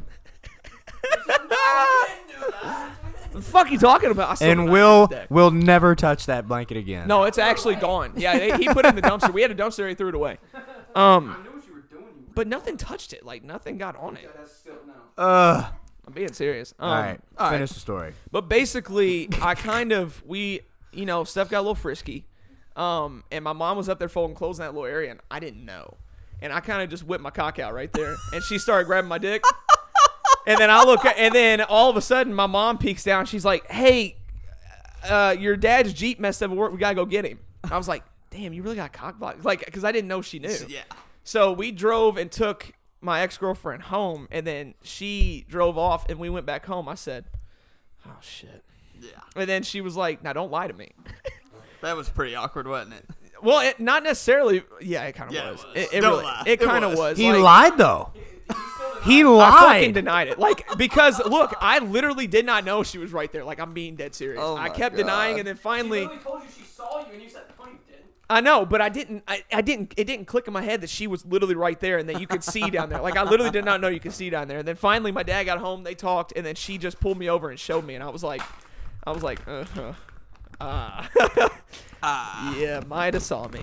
the couch.
the fuck you talking about? I still did
And
not
Will
do that.
will never touch that blanket again.
No, it's actually gone. Yeah, they, he put it in the dumpster. We had a dumpster. He threw it away. Um,
I knew what you were doing. You
but nothing touched it. Like nothing got on it.
yeah, that's still no.
Ugh.
I'm being serious. Um,
all right.
all right.
Finish the story.
But basically, I kind of we you know stuff got a little frisky, um, and my mom was up there folding clothes in that little area, and I didn't know, and I kind of just whipped my cock out right there, and she started grabbing my dick, and then I look, at- and then all of a sudden my mom peeks down, she's like, "Hey, uh, your dad's jeep messed up at work. We gotta go get him." And I was like, "Damn, you really got cock blocked?" Like, because I didn't know she knew.
Yeah.
So we drove and took my ex girlfriend home, and then she drove off, and we went back home. I said, "Oh shit."
Yeah.
And then she was like, "Now don't lie to me."
That was pretty awkward, wasn't it?
Well, it, not necessarily. Yeah, it kind of
Yeah, it
was.
was.
It, it
Don't
really,
lie.
it
It
kind of
was.
was.
He
Like, *laughs*
lied though. He
I fucking
lied.
denied it. Like because look, I literally did not know she was right there. Like I'm being dead serious.
Oh
I
my
kept denying,
God.
and then
She
finally,
literally told you she saw you, and you said, "No, you didn't."
I know, but I didn't. I, I didn't. It didn't click in my head that she was literally right there and that you could see down there. Like I literally did not know you could see down there. And then finally, my dad got home. They talked, and then she just pulled me over and showed me, and I was like, I was like, uh, uh, ah, *laughs*
Ah,
yeah, Mida saw me.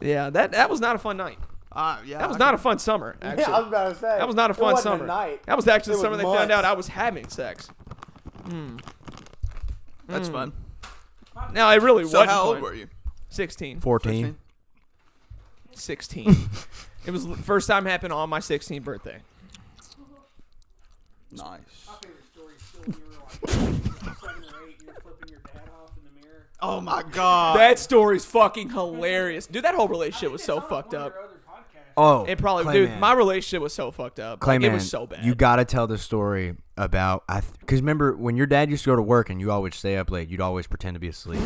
Yeah, that that was not a fun night.
Uh, yeah,
That was
I
not
can-
a fun summer. Actually,
Yeah, I was about to say
that was not a
it
fun
wasn't
summer.
night.
That was actually
It
the summer
was
they found out
months.
I was having sex.
That's fun.
No, Mm. it really
So
wasn't.
how old
fun.
were you?
16.
Fourteen.
16. it was the first time happened on my 16th birthday.
Nice.
favorite story is still when you were like *laughs* seven or eight, and you're flipping your dad off in the mirror.
Oh my
Uh,
god.
That story's fucking hilarious. Dude, that whole relationship was so
Sounds like
fucked
one of
up.
your other podcasts.
Oh,
It probably,
Clayman.
dude, my relationship was so fucked up. Like,
Clayman,
it was so bad.
You gotta tell the story about I because remember when your dad used to go to work and you always stay up late, you'd always pretend to be asleep.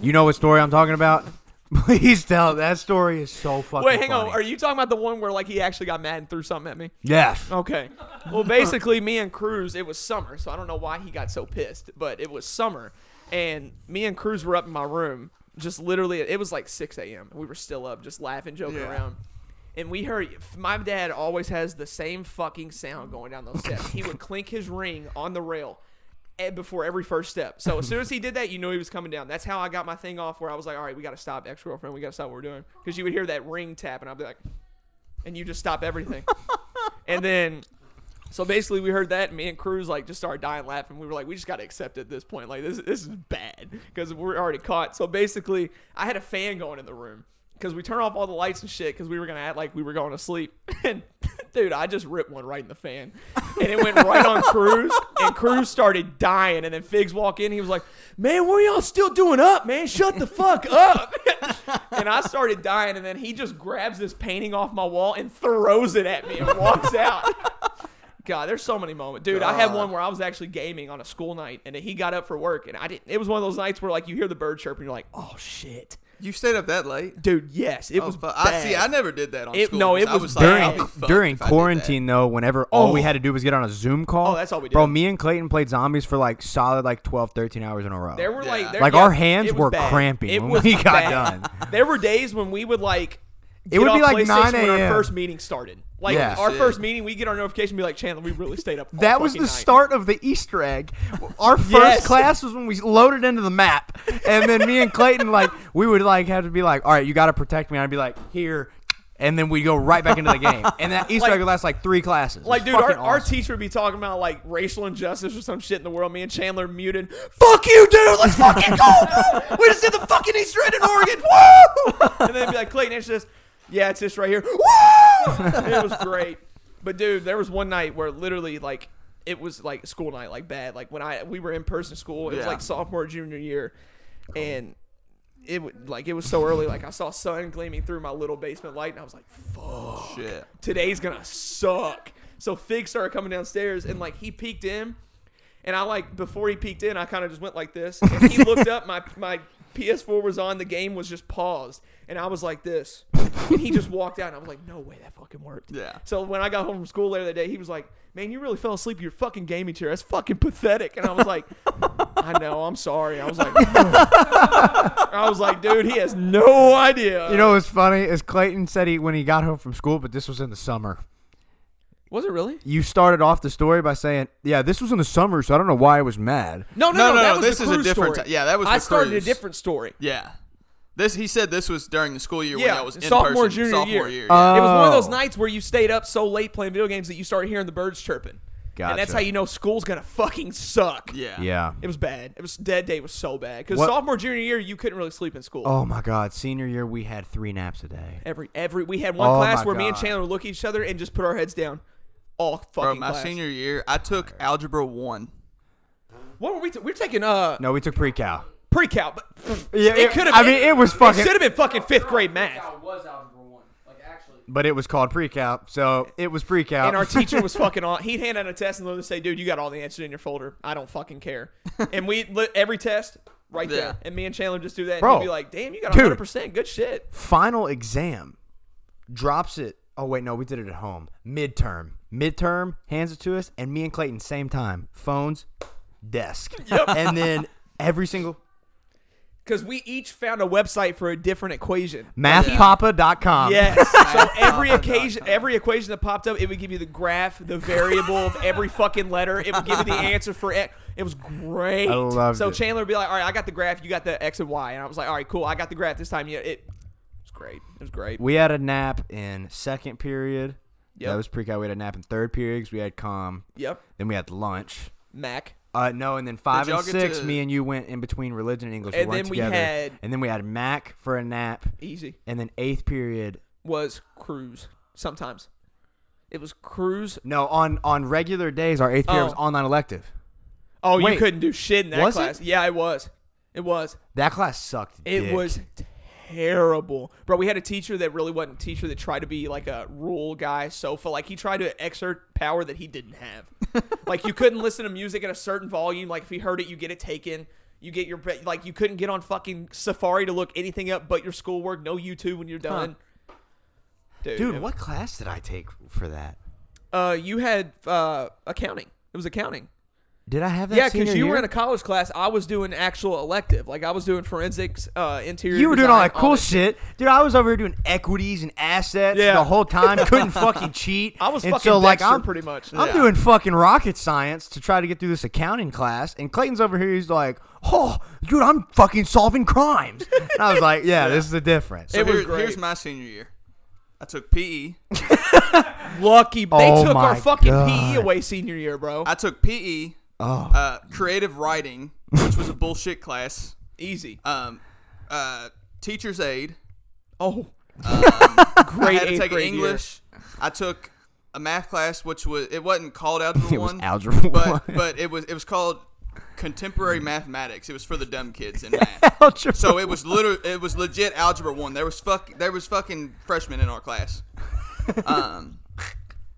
you know what story I'm talking about? *laughs* Please tell it. that story is so fucking.
Wait, hang on.
funny.
Are you talking about the one where like he actually got mad and threw something at me?
Yes.
Okay. Well, basically, me and Cruz, it was summer, so I don't know why he got so pissed, but it was summer, and me and Cruz were up in my room, just literally, it was like 6 a.m. We were still up, just laughing, joking
Yeah.
around. And we heard my dad always has the same fucking sound going down those steps. he would clink his ring on the rail eh, before every first step. So as soon as he did that, you knew he was coming down. That's how I got my thing off where I was like, all right, we got to stop ex girlfriend. We got to stop what we're doing. Because you would hear that ring tap, and I'd be like, and you just stop everything. and then so basically, we heard that, and me and Cruz like just started dying laughing. We were like, we just got to accept it at this point. Like this, this is bad because we're already caught. So basically, I had a fan going in the room because we turned off all the lights and shit because we were gonna act like we were going to sleep. *laughs* And dude, I just ripped one right in the fan, and it went right on Cruz. And Cruz started dying. And then Figs walk in, he was like, "Man, what are y'all still doing up, man? Shut the fuck up!" *laughs* and I started dying. And then he just grabs this painting off my wall and throws it at me and walks out. God, there's so many moments, dude. I had one where I was actually gaming on a school night, and he got up for work, and I didn't. It was one of those nights where like you hear the bird chirp, and you're like, "Oh shit,
You stayed up that late?
dude, yes, it
Oh,
was."
fu- I see. I
bad."
never did that on
It-
school.
no, it
because I
was
was
bad.
like,
I'll be
during
I'll be fucked
during
if I did that.
quarantine though, whenever all we
Oh.
had to do was get on a Zoom call.
Oh, that's all we
Bro,
did.
me and Clayton played zombies for like solid like 12, 13 hours in a row.
There were
Yeah.
like there-
like
yeah,
our hands
it
were
was bad.
cramping
It
when
was
we got
bad.
done.
There were days when we would like.
It
get
would be
off
like
PlayStation
9
when our
a.m..
first meeting started. Like
Yeah.
our
Shit.
first meeting, we get our notification, be like, "Chandler, we really stayed up." all
That was the
fucking night."
start of the Easter egg.
*laughs*
Our first
Yes.
class was when we loaded into the map, and then me and Clayton like we would like have to be like, "All right, you got to protect me." I'd be like, "Here," and then we would go right back into the game. And that Easter
Like-
egg would last like three classes. It
Like,
was
dude, our,
fucking
our
awesome.
teacher would be talking about like racial injustice or some shit in the world. Me and Chandler muted. Fuck you, dude. Let's fucking go.
*laughs*
dude! we just did the fucking Easter egg in Oregon. Woo! And then be like, Clayton, it's just, yeah, it's this right here. Woo! it was great. But dude, there was one night where literally like it was like school night, like bad. Like when I we were in person school, it was
Yeah.
like sophomore junior year, and. It would like it was so early. Like I saw sun gleaming through my little basement light, and I was like,
Shit.
today's gonna suck. So Fig started coming downstairs and like he peeked in, and I like before he peeked in, I kind of just went like this. And he looked up, my my PS4 was on, the game was just paused, and I was like this, and he just walked out, and I was like, no way, that fucking worked.
Yeah.
So when I got home from school later that day, he was like, man, you really fell asleep in your fucking gaming chair. That's fucking pathetic. And I was like, I know, I'm sorry. I was like, *laughs* I was like, dude, he has no idea.
You know what's funny is Clayton said he when he got home from school, but this was in the summer.
was it really?
You started off the story by saying, "Yeah, this was in the summer, so I don't know why I was mad."
No,
No,
no, no.
no,
that
no,
was
this
the
is a
Cruz
different
Story.
ti- yeah, that was
I
the
started
Cruz.
a different story.
Yeah. This he said this was during the school year when
Yeah,
I was in
sophomore,
person,
junior
sophomore
year.
yeah.
It was one of those
Oh.
nights where you stayed up so late playing video games that you started hearing the birds chirping. And that's
Gotcha.
how you know school's gonna fucking suck.
yeah.
Yeah.
It was bad. It was dead day was so bad because
What-
sophomore junior year you couldn't really sleep in school.
Oh my God! Senior year, we had three naps a day.
Every every we had one
Oh
class
my
where me and
God.
Chandler would look at each other and just put our heads down. All fucking
Bro, my
class.
senior year, I took algebra one.
What were we? T- we were taking uh
No, we took pre-cal.
pre-cal, but
Yeah,
it could have.
I mean, it was fucking.
should have been fucking fifth grade math.
That was algebra one. Like actually,
but it was called pre-cal, so it was pre-cal. *laughs*
And our teacher was fucking on. He'd hand out a test and literally say, "Dude, you got all the answers in your folder. I don't fucking care." And we li- every test right
Yeah.
there. And me and Chandler just do that, and
Bro.
he'd be like, "Damn, you got
Dude.
100 percent. Good shit."
Final exam. Drops it. Oh wait, no, we did it at home. Midterm. Midterm hands it to us, and me and Clayton same time. Phones, desk. Yep. And then
*laughs*
every single
Because we each found a website for a different equation.
mathpapa.com. *laughs*
Yes. so every occasion, every equation that popped up, it would give you the graph, the variable of every fucking letter. It would give
*laughs*
you the answer for it. It was great.
I loved
so
it.
Chandler would be like, "All right, I got the graph. You got the x and y." And I was like, "All right, cool. I got the graph this time." Yeah, it, it was great. It was great.
We had a nap in second period. Yeah. That
Yep.
was pre-cal. We had a nap in third period 'cause we had com.
Yep.
Then we had lunch.
Mac.
Uh, no, and then five
Did y'all
and
get
six,
to-
me and you went in between religion and English.
And
we
then
weren't
we
together.
had-
and then we had Mac for a nap,
Easy.
and then eighth period.
Was cruise sometimes. It was cruise.
No, on on regular days, our eighth period was
Oh.
online elective.
Oh, you
Wait.
couldn't do shit in that
Was it?
class. Yeah, it was. It was.
That class sucked.
It
dick.
was terrible, bro. We had a teacher that really wasn't a teacher that tried to be like a rule guy. So for like he tried to exert power that he didn't *laughs* have. like you couldn't listen to music at a certain volume. Like if you heard it, you get it taken. You get your like you couldn't get on fucking Safari to look anything up but your schoolwork. No YouTube when you're done. Dude,
Dude,
it-
what class did I take for that?
Uh, you had uh accounting. It was accounting.
Did I have that?
Yeah,
senior
because you
year?
were in a college class. I was doing actual elective. Like I was doing forensics, uh, interior.
You were doing all
design,
that cool
shit.
shit, dude. I was over here doing equities and assets
Yeah.
the
*laughs*
whole time. Couldn't fucking cheat.
I was
and
fucking
so, like
Dexter
I'm
pretty much.
I'm
Yeah.
doing fucking rocket science to try to get through this accounting class, and Clayton's over here. He's like, "Oh, dude, I'm fucking solving crimes." And I was
*laughs*
like, "Yeah, this is the difference." *laughs*
So
It was
here- here's
great.
my senior year. I took E. PE.
Lucky. They
Oh
took our
my
fucking
God.
PE away senior year, bro.
I took PE,
Oh.
uh, creative writing, which was a bullshit class.
Easy.
Um, uh, teacher's aid.
Oh,
*laughs* I
*laughs* great
had to
eighth
take
grade
English. I took a math class, which was it wasn't
*laughs*
called algebra
It was
one,
algebra
but
one.
but it was it was called contemporary mathematics. It was for the
*laughs*
dumb kids in math.
Algebra
So it was literally it was legit algebra one. There was fuck there was fucking freshmen in our *laughs* class. Um,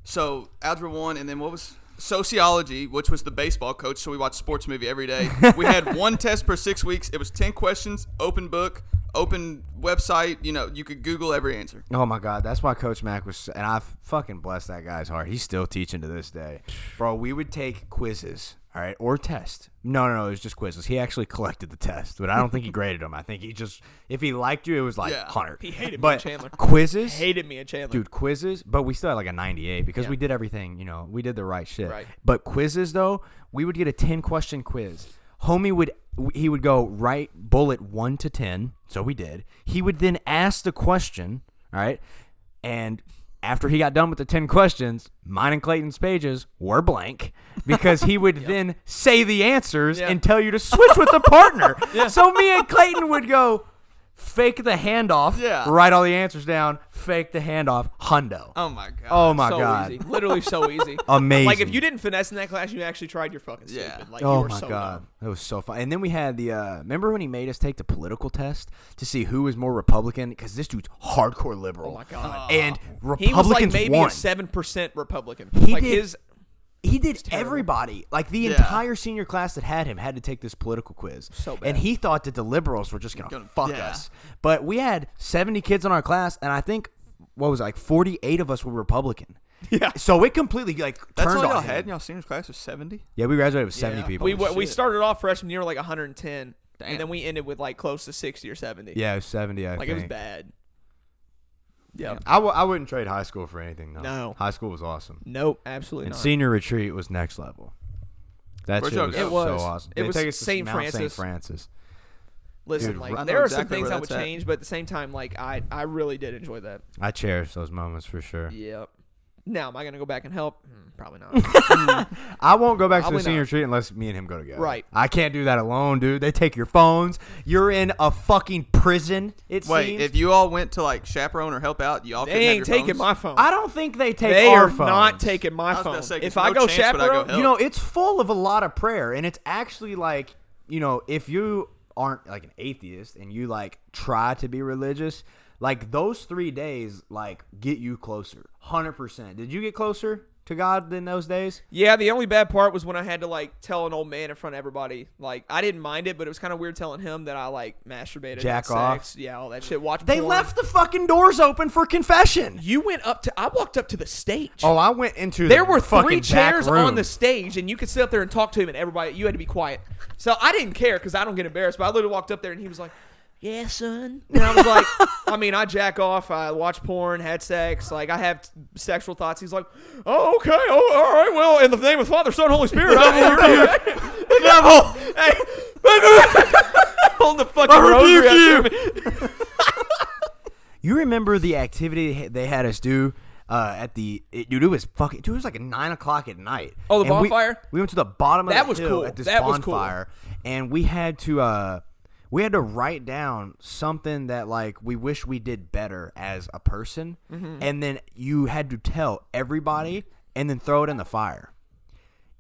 so algebra one, and then what was sociology, which was the baseball coach. So we watched sports movie every day. We had *laughs* one test per six weeks. It was ten questions, open book, open website. You know, you could Google every answer.
Oh my God, that's why Coach Mack was, and I fucking bless that guy's heart. He's still teaching to this day, bro. We would take quizzes, all right, or tests. No, no, no, it was just quizzes. He actually *laughs* collected the test, but I don't think he graded them. I think he just, if he liked you, it was like
Yeah.
Hunter.
He hated me,
but
Chandler.
Quizzes,
hated me and Chandler.
dude, quizzes. But we still had like a ninety-eight because
Yeah.
we did everything. You know, we did the right shit.
Right.
But quizzes though, we would get a ten-question quiz. Homie would he would go right bullet one to ten. So we did. He would then ask the question. All right, and after he got done with the ten questions, mine and Clayton's pages were
*laughs*
blank because he would then say the answers
Yeah.
and tell you to switch with
*laughs*
the partner. So me and Clayton would go fake the handoff.
Yeah.
Write all the answers down. Fake the handoff. Hundo.
Oh my god.
oh my
so
god.
easy. Literally
*laughs*
so easy.
Amazing.
Like if you didn't finesse in that class, you actually tried your fucking stupid.
Yeah.
Like you
Oh
were
my
so
god,
dumb.
that was so fun. And then we had the uh, remember when he made us take the political test to see who was more Republican because this dude's hardcore liberal. Oh
my God.
And
He was like
Republicans
maybe
won.
a seven percent Republican.
He
like
did-
his
he did everybody. Like the
Yeah.
entire senior class that had him had to take this political quiz.
So bad.
And he thought that the liberals were just gonna,
Gonna-
fuck
yeah.
us. But we had seventy kids in our class, and I think what was it, like forty eight of us were Republican.
Yeah.
So it completely like
That's
turned
all y'all
on him.
had in y'all senior class was seventy.
Yeah, we graduated with seventy
Yeah.
people.
we we
shit.
started off freshman year like 110,
Damn.
and then we ended with like close to 60 or 70.
yeah, it was seventy. I
like
think.
it was bad. Yeah.
I w- I wouldn't trade high school for anything though.
No.
high school was awesome.
Nope. Absolutely
And
not.
senior retreat was next level. That
Where'd
shit
y'all
was,
go? It
was.
so awesome.
It
They
was
take us to
St.
Mount St.
Francis.
Francis.
Listen,
Dude,
like
I know
there are some
exactly
things
where
I would
that's at.
change, but at the same time, like I I really did enjoy that.
I cherish those moments for sure.
Yep. Now, am I going to go back and help? Hmm, Probably not.
I won't go back to
Probably
the senior
not.
retreat unless me and him go together.
Right.
I can't do that alone, dude. They take your phones. You're in a fucking prison. It
Wait,
seems.
if you all went to like chaperone or help out, y'all
they
couldn't have
ain't
your
taking
phones?
my phone.
I don't think they take
they
our
are
phones.
not taking my
was about
phone.
to say, 'cause
if I
no
go
chance would I go
chaperone,
help.
You know, it's full of a lot of prayer, and it's actually like you know, if you aren't like an atheist and you like try to be religious, like those three days like get you closer, hundred percent. Did you get closer? to God in those days.
Yeah, the only bad part was when I had to like tell an old man in front of everybody. Like I didn't mind it, but it was kind of weird telling him that I like masturbated,
Jack
had
off.
sex, yeah, all that shit. Watch.
They
porn.
left the fucking doors open for confession.
You went up to. I walked up to the stage.
Oh, I went into
there
the
were three
fucking back
chairs
room.
on
*laughs*
the stage, and you could sit up there and talk to him, and everybody. You had to be quiet. So I didn't care because I don't get embarrassed. But I literally walked up there, and he was like. Yeah, son. And I was like, *laughs* I mean, I jack off, I watch porn, had sex, like I have sexual thoughts. He's like, oh, okay, oh, all right, well, in the name of Father, Son, Holy Spirit,
*laughs*
I'm here.
the devil.
Hey, *laughs* on the fucking
I rebuke
rosary
you.
after me.
You remember the activity they had us do uh, at the it, dude? It was fucking dude. It was like nine o'clock at night.
Oh, the
And we-
bonfire?
We, went to the bottom of
That
the
was
hill
cool.
at this
That was cool.
bonfire, and we had to uh, we had to write down something that like we wish we did better as a person,
Mm-hmm.
and then you had to tell everybody, and then throw it in the fire.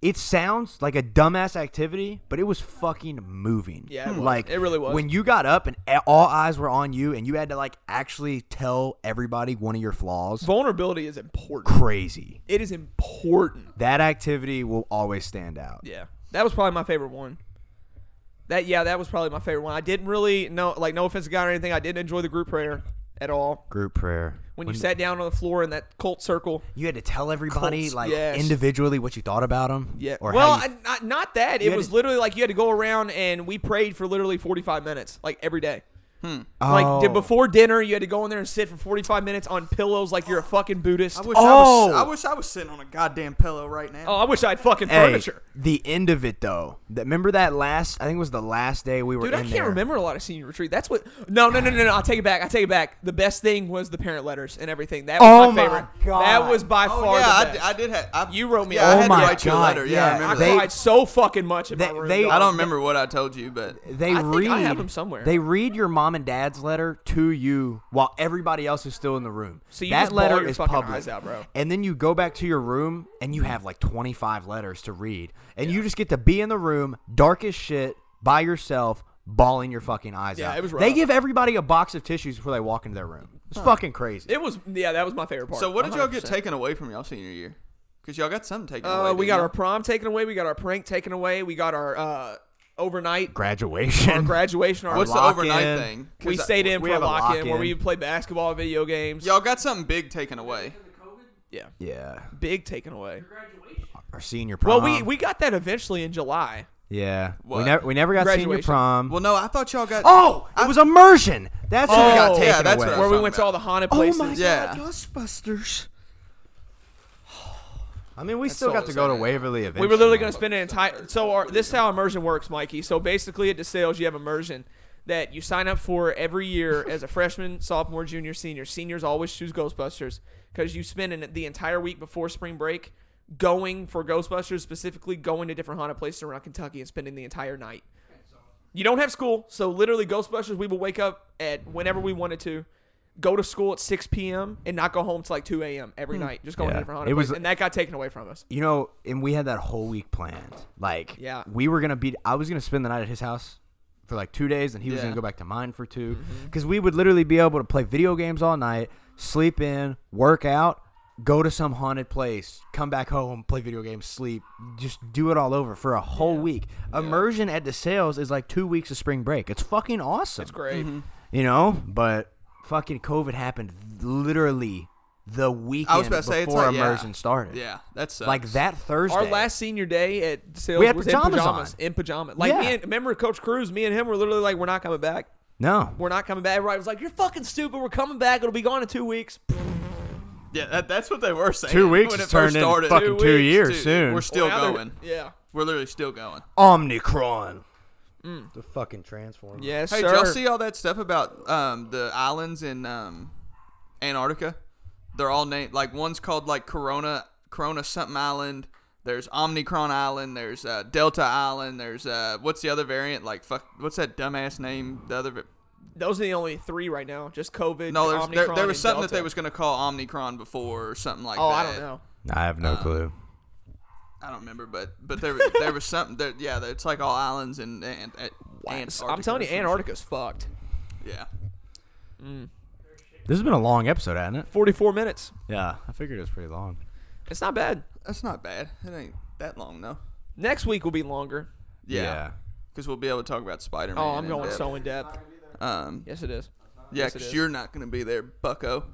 It sounds like a dumbass activity, but it was fucking moving.
Yeah, it was.
like
It really was.
When you got up and a- all eyes were on you, and you had to like actually tell everybody one of your flaws.
Vulnerability is important.
Crazy.
It is important.
That activity will always stand out.
Yeah, that was probably my favorite one. That yeah, that was probably my favorite one. I didn't really no like no offense to God or anything. I didn't enjoy the group prayer at all.
Group prayer.
When you sat down on the floor in that cult circle,
you had to tell everybody
Cults,
like
yes.
individually what you thought about them.
yeah.
Or
well,
how you,
I, not, not that. It
had
was
to-
literally like you had to go around and we prayed for literally forty five minutes, like every day. Like di-
Oh.
before dinner, you had to go in there and sit for forty five minutes on pillows like you're a fucking Buddhist.
I wish
Oh.
I was. I wish I was sitting on a goddamn pillow right now.
oh, I wish I had fucking
Hey,
furniture.
the end of it though. That, remember that last? I think it was the last day we were.
Dude, I
in
can't
there.
remember a lot of senior retreat. That's what. No, no, no, no, no. I take it back. I take it back. The best thing was the parent letters and everything. That was
Oh
my
my
favorite.
God.
That was by
Oh,
far
yeah,
the
I,
best.
d- I did have. I,
You wrote me a-
Yeah, I
Oh
had
my
to write you
God,
a letter. Yeah,
yeah.
I remember
I
that.
cried so fucking much in
They-
my room.
they-
dog.
I don't remember what I told you, but
They
I
read.
think I have 'em somewhere.
They read your mom and dad's letter to you while everybody else is still in the room.
So you
that
just bawl
letter
your
is
fucking
public.
eyes out, bro.
And then you go back to your room and you have like 25 letters to read, and you just get to be in the room, dark as shit, by yourself, bawling your fucking eyes
Yeah,
out.
it was
they
rough.
give everybody a box of tissues before they walk into their room. It's fucking crazy.
It was. Yeah, that was my favorite part.
so what did y'all get
100%.
taken away from y'all senior year? Because y'all got something taken away.
Uh, we
didn't
got
y'all?
our prom taken away. We got our prank taken away. We got our uh, overnight, our
Graduation.
graduation, our
What's the
lock
overnight
in.
thing? 'Cause
we
I-
stayed in
uh, we
for a
have a
lock in where
lock-in.
we would play basketball, video games.
Y'all got something big taken away.
Yeah,
*laughs* yeah.
big taken away.
Our senior
Well,
prom.
we we got that eventually in July.
yeah. We
What?
never we never got senior
Graduation.
prom.
Well, no, I thought y'all got.
oh, it was immersion. That's what
Oh,
got taken
yeah,
that's
away.
what I
Where we
talking
went to
about.
all the haunted
Oh
places.
Yeah.
Ghostbusters. I mean, we still
so
got to go to
exciting.
Waverly eventually.
We were literally going to spend an entire. So our, this is how immersion works, Mikey. So basically, at DeSales, you have immersion that you sign up for every
*laughs*
year as a freshman, sophomore, junior, senior. Seniors always choose Ghostbusters because you spend an, the entire week before spring break going for Ghostbusters, specifically going to different haunted places around Kentucky and spending the entire night. You don't have school, so literally Ghostbusters, we will wake up at whenever we wanted to. Go to school at 6 p.m. and not go home till like 2 a.m. every night, just going to
Hmm. Yeah.
different haunted
It was-
places, and that got taken away from us.
You know, and we had that whole week planned. Like,
Yeah.
we were gonna be. I was gonna spend the night at his house for like two days, and he was
Yeah.
gonna go back to mine for two,
Mm-hmm.
because we would literally be able to play video games all night, sleep in, work out, go to some haunted place, come back home, play video games, sleep, just do it all over for a whole week. Immersion at the sales is like two weeks of spring break. It's fucking awesome.
It's great.
you know. But fucking COVID happened literally the weekend
I was about to say it's
before
like, yeah.
immersion started.
Yeah, that's
like that Thursday.
Our last senior day at sales
We had
was in
pajamas
pajamas.
on.
In pajamas. Like me
Yeah.
and remember Coach Cruz, me and him were literally like, We're not coming back.
no,
We're not coming back. Everybody was like, You're fucking stupid, we're coming back, it'll be gone in two weeks.
Yeah, that, that's what they were saying.
two weeks
when it
turned
first
into
started.
Two
fucking two,
weeks,
years
Dude,
soon.
We're still
Well, now they're-
going.
Yeah.
We're literally still going.
Omnicron.
Mm.
The fucking transformer.
Yes.
Hey,
sir.
did y'all see all that stuff about um, the islands in um, Antarctica? They're all named like one's called like Corona Corona something Island. There's Omnicron Island. There's uh, Delta Island. There's uh, what's the other variant? Like fuck, what's that dumbass name? The other va-
Those are the only three right now. Just COVID.
no, there's, there,
Omicron,
there
and
was something that
Delta.
they was gonna call Omnicron before or something like
Oh,
that.
I don't know.
I have
Uh.
no clue.
I don't remember, but but there there was something. There, yeah, it's like all islands and and, and Antarctica.
I'm telling you,
or some
Antarctica's fucked.
shit. Yeah.
This has been a long episode, hasn't it?
Forty four minutes.
Yeah, I figured it was pretty long.
It's not bad.
that's not bad. It ain't that long though.
Next week will be longer.
Yeah, because we'll be able to talk about Spider Man.
Oh, I'm going so in depth.
Um,
Yes, it is.
yeah,
Yes, it
because
is.
you're not gonna be there, Bucko.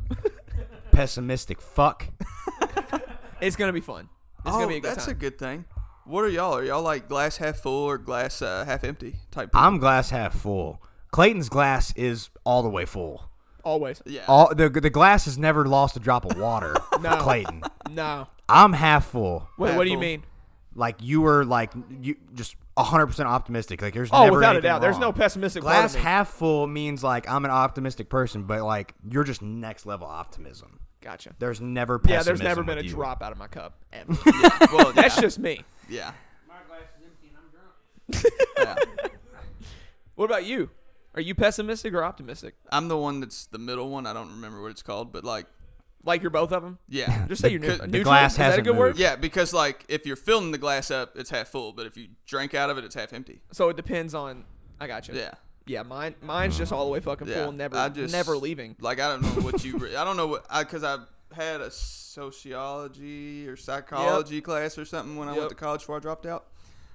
Pessimistic fuck. *laughs*
It's gonna be fun. It's
oh,
gonna be a good
that's
time.
a good thing. What are y'all? Are y'all like glass half full or glass uh, half empty type? people?
I'm glass half full. Clayton's glass is all the way full.
Always.
yeah.
All the the glass has never lost a drop of
*laughs*
water
No.
for Clayton.
No.
I'm half full.
Wait, what do you
Apple.
mean?
Like you were like you just 100% optimistic. Like there's
Oh,
never
without a
anything
doubt. There's
wrong.
no pessimistic part of
Glass
me.
half full means like I'm an optimistic person, but like you're just next level optimism.
Gotcha.
There's never
Yeah, there's
pessimism
never been a
with you.
drop out of my cup.
*laughs*
Ever.
well,
That's
yeah.
just me.
yeah.
My glass is empty and I'm drunk.
yeah.
What about you? Are you pessimistic or optimistic?
I'm the one that's the middle one. I don't remember what it's called, but like,
Like you're both of them?
*laughs*
yeah,
Just say you're
Because-
neutral.
the
neutral?
glass
Is that a
hasn't
good word?
moved.
yeah. Because like, if you're filling the glass up, it's half full, but if you drink out of it, it's half empty.
So it depends on. I got you.
Yeah.
Yeah. Mine. Mine's just all the way fucking
Yeah,
full. Never.
I just-
never leaving.
Like I don't know what you.
*laughs*
Re- I don't know what because I, had a sociology or psychology class or something when I
Yep.
went to college before I dropped out.
*laughs*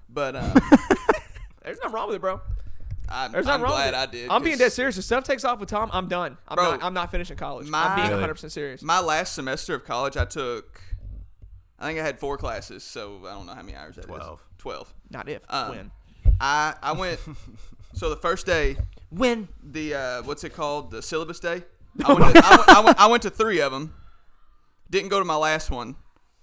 But um,
There's nothing wrong with it, bro.
I'm,
There's
I'm
nothing wrong.
glad
with it.
I did.
I'm being
'cause
dead serious. If stuff takes off with Tom, I'm done. I'm
Bro,
not. I'm not finishing college.
my-
I'm being
Really?
100 percent serious.
My last semester of college, I took. I think I had four classes, so I don't know how many hours that is.
Twelve.
Twelve.
not if.
Um, *laughs*
when.
I I went. so the first day,
When
the uh, what's it called? The syllabus
*laughs*
day. I went, to, I, went, I, went, I went to three of them. Didn't go to my last one.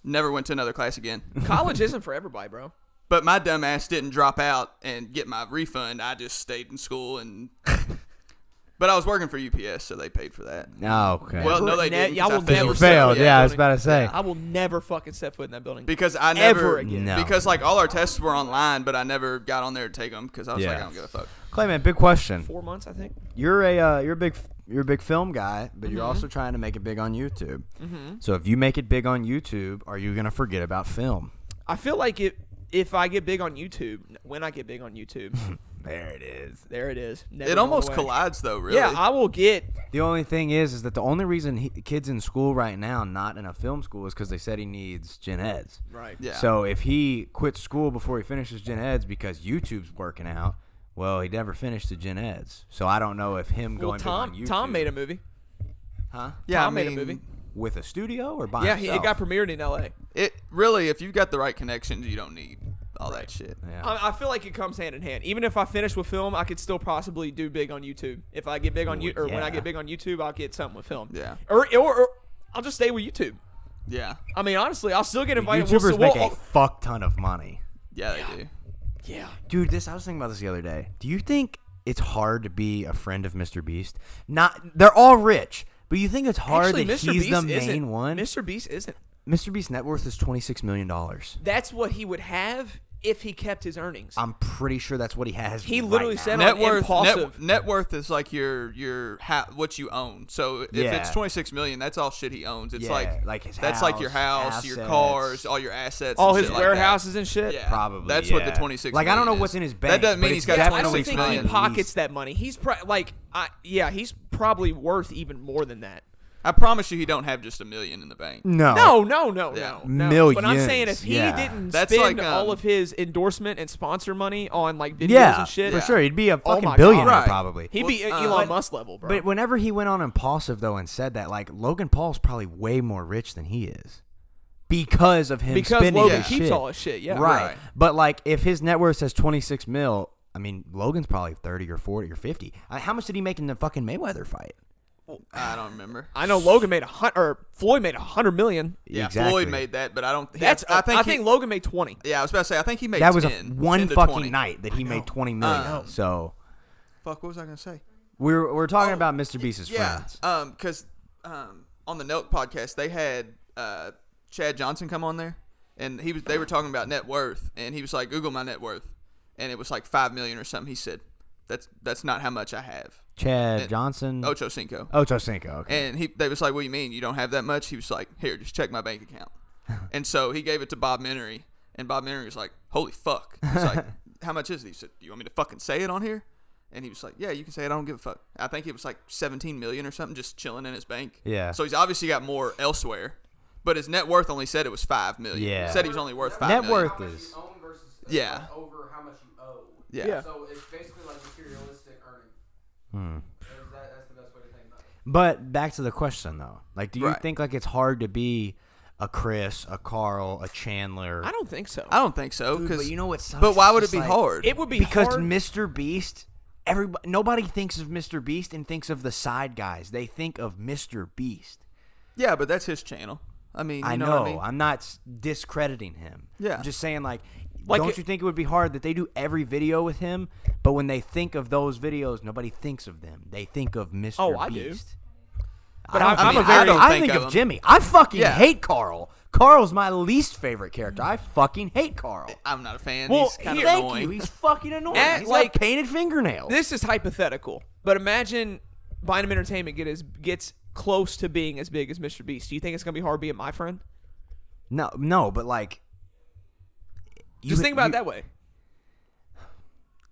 Never went to another
*laughs*
class again.
College isn't for everybody, bro.
But my dumb ass didn't drop out and get my refund. I just stayed in
*laughs*
school and. but I was working for UPS, so they paid for that.
Oh, okay.
Well, no,
Never-
they didn't.
ne-
'cause
y'all
I
will never
failed.
step
failed.
foot in
Yeah,
that
I was
building.
about to say.
I will never fucking step foot in that building.
because I
Ever
never
again.
No.
because like all our tests were online, but I never got on there to take them because I was like,
Yeah.
I don't give a fuck.
Clay, man, big question.
Four months, I think.
You're a uh, you're a big you're a big film guy, but
Mm-hmm.
you're also trying to make it big on YouTube. So if you make it big on YouTube, are you gonna forget about film?
I feel like it. If I get big on YouTube, when I get big on YouTube,
*laughs* There it is.
there it is. Never
It
going
almost
away.
collides though, really.
Yeah, I will get.
The only thing is, is that the only reason he, kids in school right now not in a film school is because they said he needs gen eds.
Right.
yeah.
So if he quits school before he finishes gen eds because YouTube's working out, well, he never finished the gen eds. So I don't know if him
Well,
going big on
Tom.
YouTube,
Tom made a movie.
huh?
yeah,
Tom made a movie.
with a studio or by
yeah, he,
himself?
it got premiered in L.A.
It really, if you've got the right connections, you don't need all that shit.
Yeah.
I, I feel like it comes hand in hand. Even if I finish with film, I could still possibly do big on YouTube. If I get big on you, or when I
yeah.
get big on YouTube, I'll get something with film.
Yeah.
Or or, or I'll just stay with YouTube.
Yeah,
I mean, honestly, I'll still get invited. We'll
YouTubers
still-
make
we'll-
a fuck ton of money.
yeah, they do.
yeah.
Dude, this I was thinking about this the other day. Do you think it's hard to be a friend of Mr. Beast? Not they're all rich, but you think it's hard
Actually,
that
Mr.
he's
Beast
the
isn't.
main one?
Mr. Beast isn't.
Mr. Beast's net worth is twenty six million dollars.
That's what he would have if he kept his earnings.
I'm pretty sure that's what he has.
He
right
literally
now.
said on
Net worth, net,
impulsive.
net worth is like your your ha- what you own. So if
Yeah.
it's twenty six million, that's all shit he owns. It's
Yeah,
like
like his
that's like your
house,
house, your
assets.
cars, all your assets,
all
and
his
shit like that.
warehouses and shit.
Yeah,
Probably,
That's what the
yeah.
twenty six.
Like, I don't know what's in his bank,
That doesn't
but
mean
it's
he's got
I
definitely
don't
26
think
not
he
in
million.
pockets
least.
that money. He's pro- like, I, yeah, he's probably worth even more than that.
I promise you, he don't have just a million in the bank.
No.
No, no, no,
Yeah.
no, no. But I'm
Millions,
saying if he
yeah.
didn't
That's
spend
like, um,
all of his endorsement and sponsor money on like videos
Yeah,
and shit,
for
Yeah.
sure. He'd be a
Oh
fucking
my God.
billionaire
Right.
probably.
he'd be
Well,
uh,
uh,
Elon
but-
Musk level, bro.
But whenever he went on impulsive though and said that, like Logan Paul's probably way more rich than he is because of him
because
spending
Logan
his
keeps
shit.
all his shit, yeah,
right.
Right.
But like, if his net worth says twenty six mil, I mean, Logan's probably thirty or forty or fifty. Uh, how much did he make in the fucking Mayweather fight?
I
*laughs*
don't remember.
I know Logan made a hundred, or Floyd made a hundred million.
Yeah,
Exactly.
Floyd made that, but I don't. He,
That's
I,
I think,
think. he-
Logan made twenty.
yeah, I was about to say. I think he made
that was
10,
a f- one
10 to
fucking
20.
night that he made twenty million.
Uh,
so
Fuck, what was I gonna say?
we're we're talking about Mr. Beast's
Oh, Yeah,
friends.
um, because um, on the Note podcast they had uh Chad Johnson come on there, and he was they were talking about net worth, and he was like, Google my net worth, and it was like five million or something. He said, that's that's not how much I have.
Chad
and-
Johnson,
Ocho Cinco.
Ocho Cinco. Okay.
And he, they was like, "What do you mean you don't have that much?" He was like, "Here, just check my
*laughs*
bank account." and so he gave it to Bob Minery, and Bob Minery was like, "Holy fuck!"
*laughs*
He's like, "How much is it?" He said, "You want me to fucking say it on here?" And he was like, "Yeah, you can say it. I don't give a fuck." I think it was like 17 million or something, just chilling in his bank.
Yeah.
So he's obviously got more elsewhere, but his net worth only said it was five million.
Yeah.
said he was only worth five
Net
million.
worth is.
How much you own versus uh,
Yeah.
over how much you owe.
Yeah.
Yeah.
So it's basically like materialistic earning. Is that, that's the best way to think about it.
But back to the question though, like, do you
Right.
think like it's hard to be a Chris, a Carl, a Chandler?
I don't think so.
I don't think so.
Dude,
'cause-
but you know what sucks
But why
is
would it
just
be
like-
hard?
It would be
because
hard.
Mr. Beast. Everybody, nobody thinks of Mr. Beast and thinks of the side guys. They think of Mr. Beast.
yeah, but that's his channel. I mean, you
I know.
know, what I mean?
am not s- discrediting him.
Yeah.
I'm just saying, like,
Like
don't
it-
you think it would be hard that they do every video with him, but when they think of those videos, nobody thinks of them. They think of Mr.
Oh, I do.
Beast.
But
I,
I'm- I'm a
mean,
very-
I, don't- I think, of,
him.
Jimmy. I fucking
Yeah.
hate Carl. Carl's my least favorite character. I fucking hate Carl.
I'm not a fan.
Well,
He's kind of
here-
Thank
annoying.
you. He's fucking annoying.
And,
He's like
like-
painted fingernails.
this is hypothetical, but imagine Bynum Entertainment get as, gets close to being as big as Mr. Beast. Do you think it's gonna be hard being my friend?
no, no, but like. you
Just
would-
think about
you-
it that way.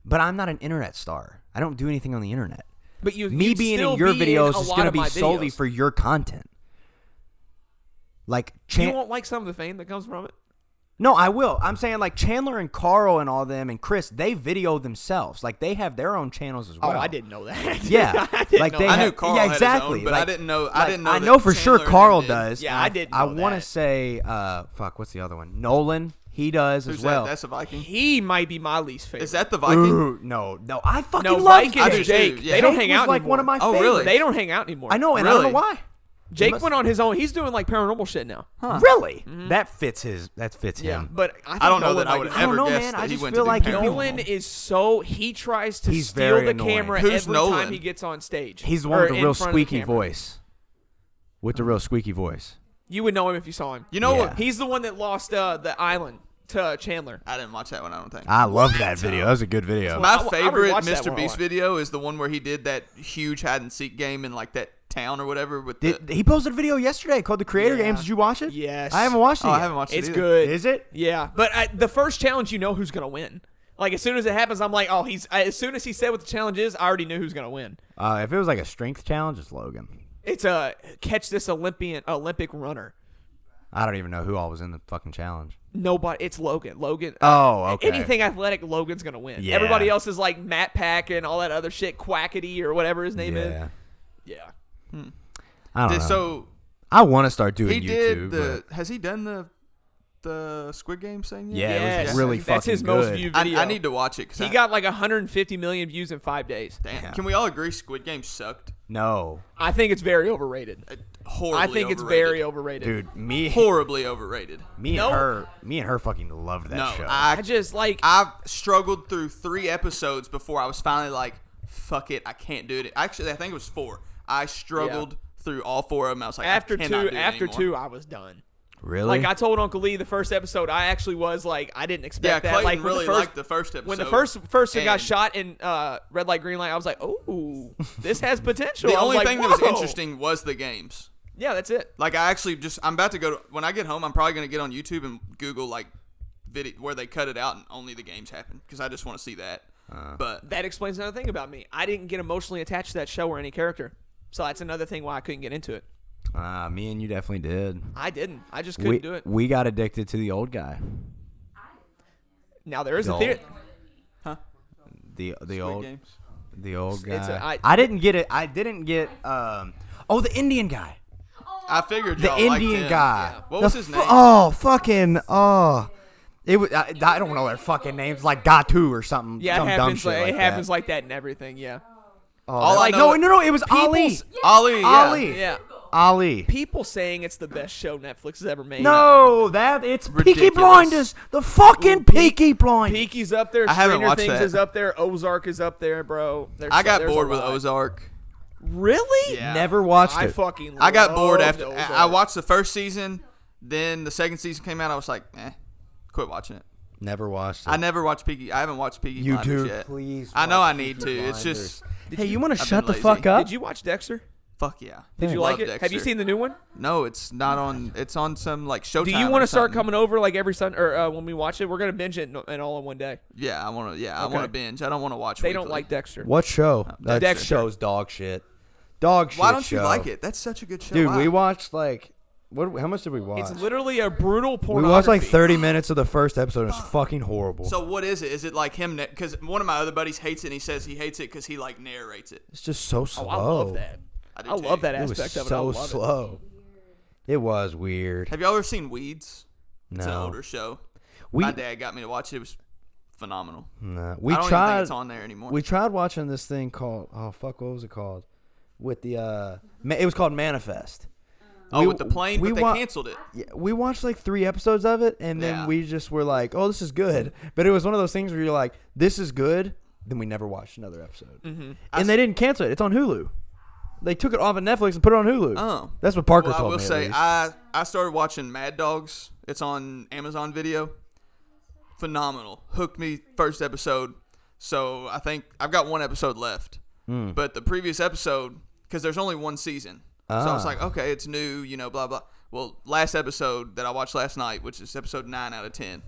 But I'm not an internet star. I don't do anything on the internet.
But you,
me
you'd
being
still
in your
be
videos
a
is
lot
going to
of
be
my
solely
videos.
for your content. Like
You
Chan-
won't like some of the fame that comes from it.
No, I will. I'm saying like Chandler and Carl and all them and Chris, they video themselves. Like they have their own channels
Oh,
as well.
*laughs* know
*laughs*
that.
Yeah, like they
I
ha-
knew Carl
yeah,
had his own,
exactly.
but I
Like-
didn't know- I
like,
didn't know
I
that
know for sure
Chandler
Carl
did.
does.
Yeah,
and
I didn't
I
know
want to
that.
say, uh, fuck, what's the other one? Nolan, he does
Who's
as well.
that? That's a Viking.
he might be my least favorite.
Is that the Viking?
Ooh, no, no, I fucking
no?
love
Mike
Jake.
and
I do
Jake,
too, yeah.
they don't
Jake
hang
was,
out
like
anymore.
one of my
Oh, really?
favorites.
They don't hang out anymore.
I know, and I don't
Really?
know why.
Jake
must-
went on his own. He's doing like paranormal shit now.
Really? That fits his. That fits him.
But I, think
I don't know
Nolan
that I
might
would
be-
don't
ever
know,
guess
man.
that
I
he
just
went
feel
to
like
do
he'd be-
paranormal.
Nolan is so he tries to
He's
steal
very
the
annoying.
camera
Who's
every
Nolan?
time he gets on stage.
He's the
or
one with the
in
real
front of
squeaky
camera.
voice. With the real squeaky voice.
You would know him if you saw him.
You know
Yeah.
what?
He's the one that lost uh, the island to uh, Chandler.
I didn't watch that one. I don't think.
I love that video. That was a good
I-
video.
I
My
would
favorite
watch that
Mr.
one a
Beast
lot.
video is the one where he did that huge hide and seek game in like that town or whatever with the.
Did- he posted a video yesterday called The Creator
Yeah.
Games. Did you watch it?
Yes.
I haven't watched it.
oh, I
yet.
haven't watched it.
It's
either.
good.
Is it?
Yeah, but I, the first challenge, you know who's gonna win. Like as soon as it happens, I'm like, oh, he's. I, as soon as he said what the challenge is, I already knew who's gonna win.
Uh, if it was like a strength challenge, it's Logan.
It's a catch this Olympian Olympic runner.
I don't even know who all was in the fucking challenge.
Nobody. It's Logan. Logan.
Oh, okay.
Uh, Anything athletic, Logan's gonna win.
Yeah.
Everybody else is like Matt Pack and all that other shit, Quackity or whatever his name
Yeah.
is. Yeah.
I don't
Did-
know.
so
I want to start doing
he
YouTube.
did the.
but-
Has he done the the Squid Game thing yet?
Yeah, it was
Yes.
really
That's his
fucking
most
good.
viewed video.
I, I need to watch it because
He got like 150 million views in five days.
Damn.
Yeah.
Can we all agree Squid Game sucked?
no,
I think it's very overrated.
Uh, horribly.
I think it's
overrated.
very overrated.
dude, me,
horribly overrated.
me and
No.
her, me and her fucking loved that
No,
show.
I
I
just like
I struggled through three episodes before I was finally like, "Fuck it, I can't do it." Actually, I think it was four. I struggled through all four of them. I was like,
after
I cannot
two.
do it
After
anymore.
two, I was done.
really?
Like I told Uncle Lee the first episode, I actually was like, I didn't
Yeah,
expect that.
Clayton
Like when
really
the first,
liked the first episode.
when the first first
and
got shot in uh, red light green light, I was like,
*laughs*
oh, this has potential.
the
I was
only
like,
thing that was
"Whoa."
interesting was the games.
Yeah, that's it.
Like I actually just I'm about to go to, when I get home. I'm probably gonna get on YouTube and Google like video where they cut it out and only the games happen because I just want to see that.
Uh,
but
That explains another thing about me. I didn't get emotionally attached to that show or any character, so that's another thing why I couldn't get into it.
Ah, me and you definitely did.
I didn't. I just couldn't
We,
do it.
we got addicted to the old guy.
Now there is a
Y'all-
theory.
The the old
games.
the old guy.
It's a-
I
I-
I didn't get it. I didn't get um. Oh, the Indian guy.
Oh, I figured
The
y'all liked
Indian
him.
guy.
What
The
was his
fu-
name?
oh, fucking oh. It was I, I don't know their fucking names like Datu or something.
Yeah,
some
it
dumb
happens.
shit
Like,
like
it happens
that.
like that and everything. Yeah.
Oh,
All
that-
I
like
know-
no, no, no. It was Ali.
Ollie. yeah.
Ollie.
Yeah.
Ali.
People saying it's the best show Netflix has ever made.
No, that it's Peaky
Ridiculous.
Blinders. The fucking Peaky Blinders.
Peaky's up there.
I haven't
Stranger
watched
Things
that.
is up there. Ozark is up there, bro. There's
I
so-
got
there's a
bored with
lot.
Ozark.
Really?
Yeah.
Never watched
I
it.
fucking.
I got bored
Oh,
loved
after
Ozark.
I I watched the first season, then the second season came out. I was like, eh, quit watching it.
Never watched it.
I never watched Peaky. I haven't watched Peaky
You
Blinders
do,
yet.
please.
I know I
watch
need to.
Peaky
It's just
Hey, you want to
been
shut the
lazy.
fuck up?
Did you watch Dexter?
fuck yeah.
Did you like
Love
it? Have you
Dexter.
seen the new one?
No, it's not on. It's on some like Showtime.
Do you
want to
start coming over like every Sunday or uh, when we watch it? We're gonna binge it and all in one day.
Yeah, I want to. Yeah, I
Okay.
want to binge. I don't want to watch.
They don't
weekly.
like Dexter.
What show?
Uh,
That
Dexter.
show's dog shit. Dog shit.
Why don't you
show.
like it? That's such a good show.
Dude,
I-
we watched like What? How much did we watch?
It's literally a brutal
we
pornography.
watched like 30 minutes of the first episode. It's fucking horrible.
So what is it? Is it like him? Because one of my other buddies hates it, and he says he hates it because he like narrates it.
it's just so slow.
Oh, I love that.
do
I
too.
love that
It was
aspect of it. I
so
love it.
slow. It. was weird.
Have y'all ever seen Weeds? It's an
No,
older show.
we Hmm.
my dad got me to watch it. It was phenomenal.
no. we
I don't even think
tried.
it's on there anymore.
We tried watching this thing called oh fuck what was it called? With the uh, ma- it was called Manifest.
oh,
we-
with the plane,
we
but they
wa-
canceled it.
Yeah, we watched like three episodes of it, and then
Yeah.
we just were like, "Oh, this is good." But it was one of those things where you're like, "This is good," then we never watched another episode. Mm-hmm. And they didn't cancel it; it's on Hulu. They took it off of Netflix and put it on Hulu.
Oh.
that's what Parker
Well, I
told
will
me. at
say,
least.
I I started watching Mad Dogs. It's on Amazon Video. Phenomenal. Hooked me first episode. So I think I've got one episode left.
Hmm.
But the previous episode, because there's only one season, so I was
Ah.
like, okay, it's new, you know, blah blah. Well, last episode that I watched last night, which is episode nine out of ten,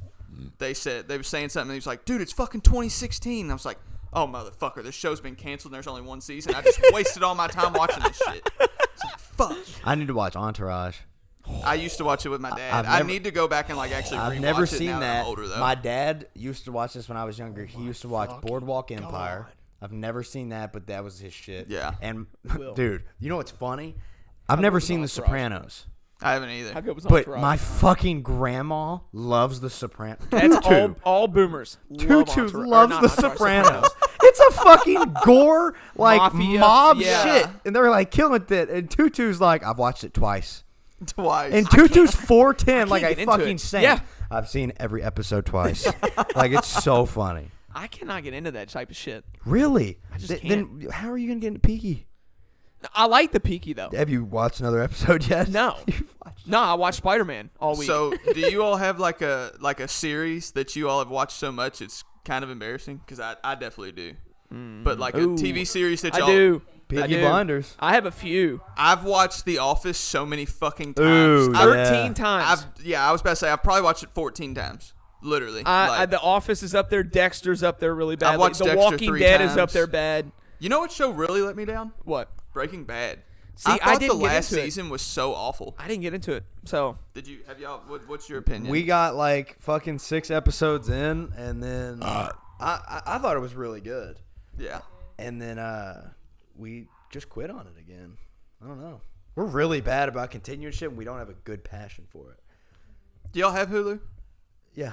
they said they were saying something. And he was like, dude, it's fucking 2016. And I was like. Oh motherfucker! This show's been canceled. and There's only one season. I just wasted all my time watching this shit. It's like, fuck.
I need to watch Entourage.
I used to watch it with my dad.
I've
I
never-
need to go back and like actually.
I've
rewatch
never
it
seen
now
that.
I'm older though.
My dad used to watch this when I was younger. he used to watch Boardwalk Empire. I've never seen that, but that was his shit.
Yeah.
And *laughs* dude, you know what's funny? I've never seen The Sopranos,
I haven't either. *laughs*
I hope it's not
but
Toronto.
my fucking grandma loves The Sopranos.
That's all, all boomers. love
Tutu
Entourage- or
loves
not
The
Entourage,
Sopranos. it's a fucking gore like
Mafia,
mob
yeah.
shit, and they're like killing it. And Tutu's like, I've watched it twice.
Twice.
And Tutu's four ten, like
can't
a
get into
fucking
it.
saint.
Yeah.
I've seen every episode
*laughs*
twice. like it's so funny.
I cannot get into that type of shit.
Really?
just
Th- Then how are you gonna get into Peaky?
I like the Peaky though.
Have you watched another episode *laughs* yet?
No.
You've watched.
No, I watched Spider Man all week.
so, do you all have like a like a series that you all have watched so much it's kind of embarrassing? Because I, I definitely do. But like
Ooh.
a TV series that
I
y'all,
do. I
Peaky
do.
Blinders.
I have a few.
I've watched The Office so many fucking times.
Ooh,
I,
yeah.
Thirteen times.
I've yeah, I was about to say I've probably watched it 14 times, literally.
I,
Like,
I, the Office is up there. Dexter's up there really bad.
watched
the
Dexter
Walking
three
Dead is up
times.
there bad.
you know what show really let me down?
What?
Breaking Bad.
See, I
I thought
didn't
the
get
last
into it.
season was so awful.
I didn't get into it. So
Did you have y'all? What, what's your opinion?
We got like fucking six episodes in, and then I, I I thought it was really good,
yeah.
and then uh we just quit on it again. I don't know. We're really bad about continuing shit, and we don't have a good passion for it.
Do y'all have Hulu?
Yeah.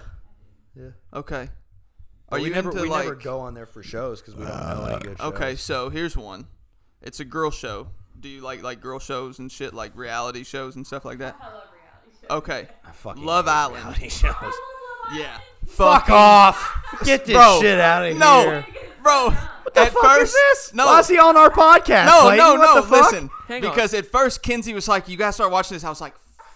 Yeah.
Okay. Are
But we
you
never,
into
we
like? Uh,
never go on there for shows because we don't know any good shows.
okay, so here's one. It's a girl show. Do you like like girl shows and shit, like reality shows and stuff like that?
I love reality shows.
Okay.
I fucking
Love
hate
Island.
reality *laughs* shows.
Yeah.
Fuck off! Get this
Bro,
shit out of
No,
here.
bro. What
The
at
fuck
first,
is this?
no,
Why is he on our podcast?
no,
lady?
no,
What
no.
the fuck?
Listen,
Hang on.
because at first Kenzie was like, "You guys start watching this." I was like,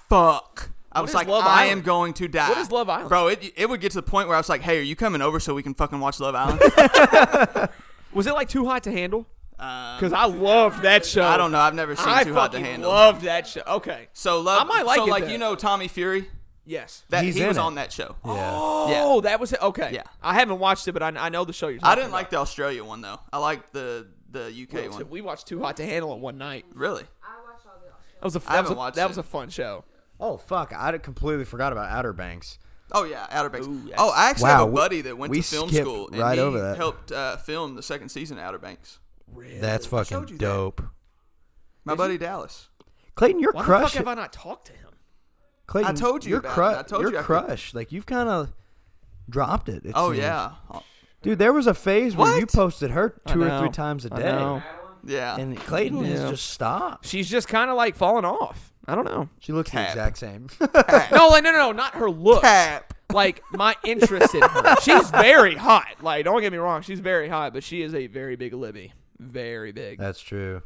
"Fuck." I was
is
like,
Love
I
Island?
am going to die.
What is Love Island?
Bro, it, it would get to the point where I was like, hey, are you coming over so we can fucking
*laughs*
watch Love Island?
was it like too hot to handle?
um,
Because I loved that show.
I don't know. I've never seen
I fucking
Too Hot to Handle.
loved that show. Okay.
So love.
I might like
so
it
like
then.
you know Tommy Fury.
Yes.
That
He's
he
in
was
it.
on that show.
Yeah.
Oh, that was it. Okay.
Yeah.
I haven't watched it, but I, I know the show you're talking
I didn't
about.
like the Australia one though. I liked the the UK
So
one.
we watched Too Hot to Handle it one night.
Really?
I watch all the Australian.
That was a that, was
haven't
a,
watched
that
it.
was a fun show.
Oh fuck! I completely forgot about Outer Banks.
Oh yeah, Outer Banks.
Ooh, yes.
oh, I actually
Wow,
have a
we-
buddy that went
we
to film
skipped
school and
right
he
over that.
helped uh, film the second season of Outer Banks.
That's
showed
fucking
you that.
dope.
My buddy Dallas.
Clayton, your
Why the
crush.
fuck have I not talked to him?
Clayton,
I told you
your
about it.
crush.
I told
your
you I could-
crush. Like you've kind of dropped it. it
Oh
seems.
yeah,
dude. There was a phase where you
What?
posted her two or
know.
three times a
I
day,
know.
yeah.
and Clayton
Yeah.
has just stopped.
She's just kind of like falling off. I don't know.
She looks
Cap.
the exact same.
*laughs*
No, like, no, no, no, not her looks.
Cap.
Like my interest in her. She's very hot. Like, don't get me wrong, she's very hot, but she is a very big Libby. Very big.
That's true.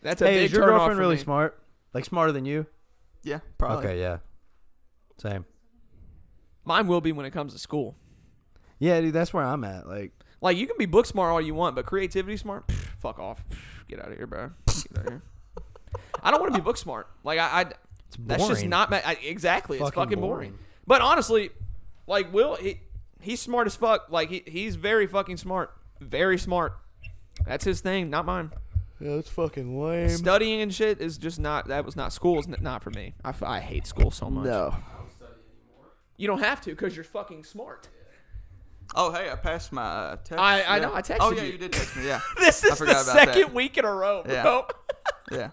That's a
Hey,
big
is your
turn off
girlfriend
for
really
me.
smart? Like smarter than you?
yeah, probably.
Okay, yeah. Same.
Mine will be when it comes to school.
Yeah, dude, that's where I'm at. Like,
Like you can be book smart all you want, but creativity smart, Pff, fuck off. Pff, Get out of here, bro. Get out of here. I don't want to be book smart. Like I, I that's just
boring.
not my, I, exactly. It's
Fucking
fucking boring.
boring.
But honestly, like Will, he, he's smart as fuck. Like he, he's very fucking smart, very smart. That's his thing, not mine.
Yeah, that's fucking lame.
Studying and shit is just not. That was not school. Is n- not for me. I, f- I hate school so much.
No.
You don't have to because you're fucking smart.
Oh, hey, I passed my uh, test.
I- I
yeah.
know, I texted
Oh, yeah,
you.
you did text
*laughs*
me. Yeah.
*laughs* This
I
is the
forgot about that.
second week in a row,
Yeah.
bro.
yeah.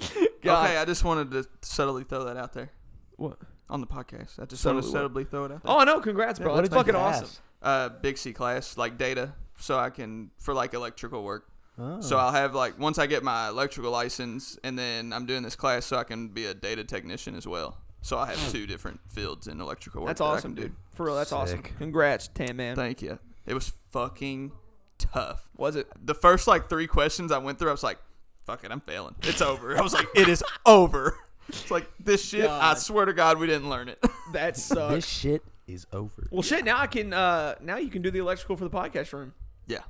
*laughs* God.
Okay, I just wanted to subtly throw that out there
What?
on the podcast. I just wanted to
Subtly
subtly throw it out there.
Oh, no. Congrats, bro.
What
That's
did you
fucking
pass?
awesome.
Uh, Big C class, like data, so I can, for like electrical work.
Oh.
So I'll have like, once I get my electrical license, and then I'm doing this class so I can be a data technician as well. So I have two different fields in electrical work.
Hmm. That's
that I
awesome,
can do.
dude. For real, that's awesome.
Sick.
Congrats, Tam Man.
Thank you. It was fucking tough.
Was it?
the first like three questions I went through, I was like, "Fuck it, I'm failing. It's over." I
*laughs*
was like, "It is over." It's like this shit. I
God.
swear to God, we didn't learn it.
*laughs*
*laughs*
That sucks.
This shit is over.
Well, shit. Now I can. Uh, now you can do the electrical for the podcast room.
yeah,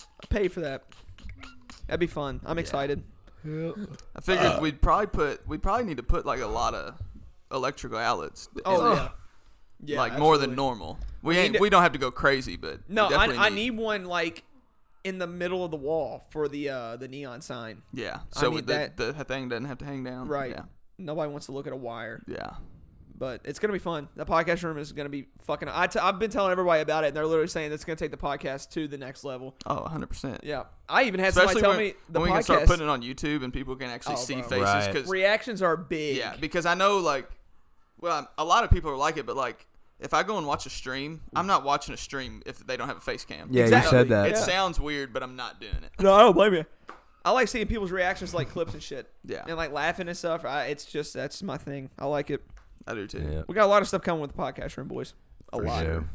I'll pay for that. That'd be fun. I'm excited.
I figured
Uh,
we'd probably put we would probably need to put like a lot of electrical outlets.
Oh
in
yeah.
it,
Yeah.
like more than
absolutely.
normal. We ain't,
need to-
we don't have to go crazy, but we
No, I,
definitely
I need one like in the middle of the wall for the uh the neon sign.
yeah.
I
So
need
the,
that.
the thing doesn't have to hang down.
Right.
Yeah.
Nobody wants to look at a wire,
Yeah.
but it's gonna be fun. The podcast room is gonna be fucking. I t- I've been telling everybody about it, and they're literally saying it's gonna take the podcast to the next level.
Oh, 100 percent.
Yeah, I even had
Especially
somebody tell
when,
me the
when we can start
podcast
putting it on YouTube and people can actually
Oh,
see
bro.
faces
Right.
because
reactions are big.
Yeah, because I know like, well, a lot of people are like it, but like, if I go and watch a stream, I'm not watching a stream if they don't have a face cam.
Yeah,
Exactly.
you said that.
It sounds weird, but I'm not doing it.
No, I don't blame you. I like seeing people's reactions to like clips and shit.
Yeah.
And like laughing and stuff. I, it's just that's my thing. I like it.
I do too.
Yeah.
We got a lot of stuff coming with the podcast room, boys. A
For
lot.
sure.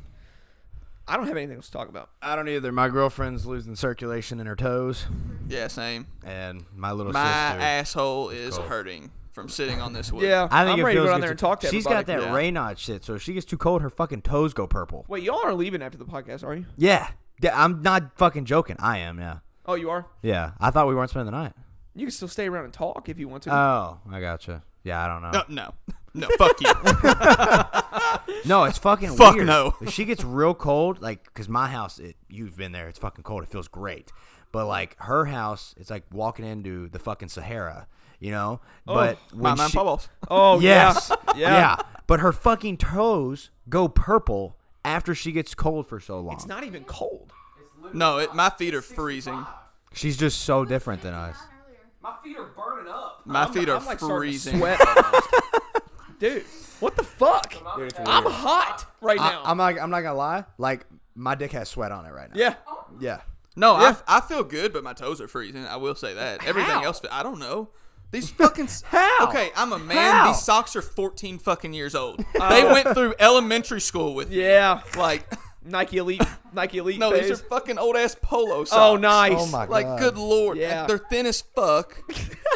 I don't have anything else to talk about.
I don't either. My girlfriend's losing circulation in her toes,
Yeah, same.
And my little
My
sister.
asshole is
cold.
hurting from sitting on this wood.
Yeah.
I think
am
it
ready to
feels
go down
good
there and talk to
She's got
everybody.
that
Yeah.
Raynaud shit, so if she gets too cold, her fucking toes go purple.
Wait, y'all are leaving after the podcast, are you?
Yeah. D- I'm not fucking joking. I am, yeah.
Oh, you are?
Yeah. I thought we weren't spending the night.
You can still stay around and talk if you want to.
Oh, I gotcha. Yeah, I don't know.
No, no, no.
*laughs*
Fuck you.
No, it's fucking
Fuck
weird.
no.
If she gets real cold, like, because my house, it, you've been there, it's fucking cold. It feels great. But, like, her house, it's like walking into the fucking Sahara, you know? but
My
when
man,
she-
Pablos.
oh,
Yes.
*laughs* yeah.
yeah. But her fucking toes go purple after she gets cold for so long.
It's not even cold.
No, it, my feet are freezing.
She's just so different than us.
My feet are burning up.
My
I'm-
feet are
I'm, like, starting to
freezing. *laughs*
sweat. Dude, what the fuck? I'm hot right now.
I, am not. I'm not gonna lie. Like my dick has sweat on it right now.
yeah.
Yeah.
No,
Yeah.
I, I feel good, but my toes are freezing. I will say that. Everything
How?
else, I don't know.
*laughs*
These fucking s-
How?
Okay, I'm a man.
How? Uh,
These socks are 14 fucking years
*laughs*
old. They went through elementary school with me.
Yeah.
Like, *laughs*
Nike Elite. Nike Elite.
no, these
phase.
are fucking old ass polo socks.
Oh, nice.
Oh my
Like,
God.
good lord,
Yeah.
they're thin as
*laughs*
fuck.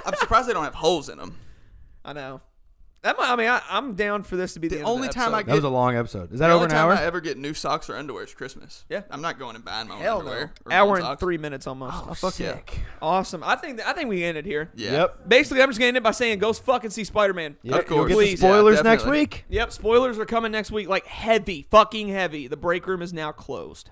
I'm surprised they don't have holes in them.
I know. That might, I mean, I, I'm down for this to be the,
The
end of
only
the
time I
episode.
That was a long episode. Is that
The
over
only
an
time
hour?
I ever get new socks or underwear is Christmas.
Yeah.
I'm not going and buying my own
Hell no.
underwear. or
Hour
my own
and
socks.
three minutes almost.
Oh, Sick.
Awesome. I think I think we ended here.
Yeah.
Yep.
Basically, I'm just gonna end it by saying, go fucking see Spider Man.
Yep,
Of course.
You'll get the
Please. Yeah,
spoilers next
definitely.
week.
Yep. Spoilers are coming next week, like heavy, fucking heavy. The break room is now closed.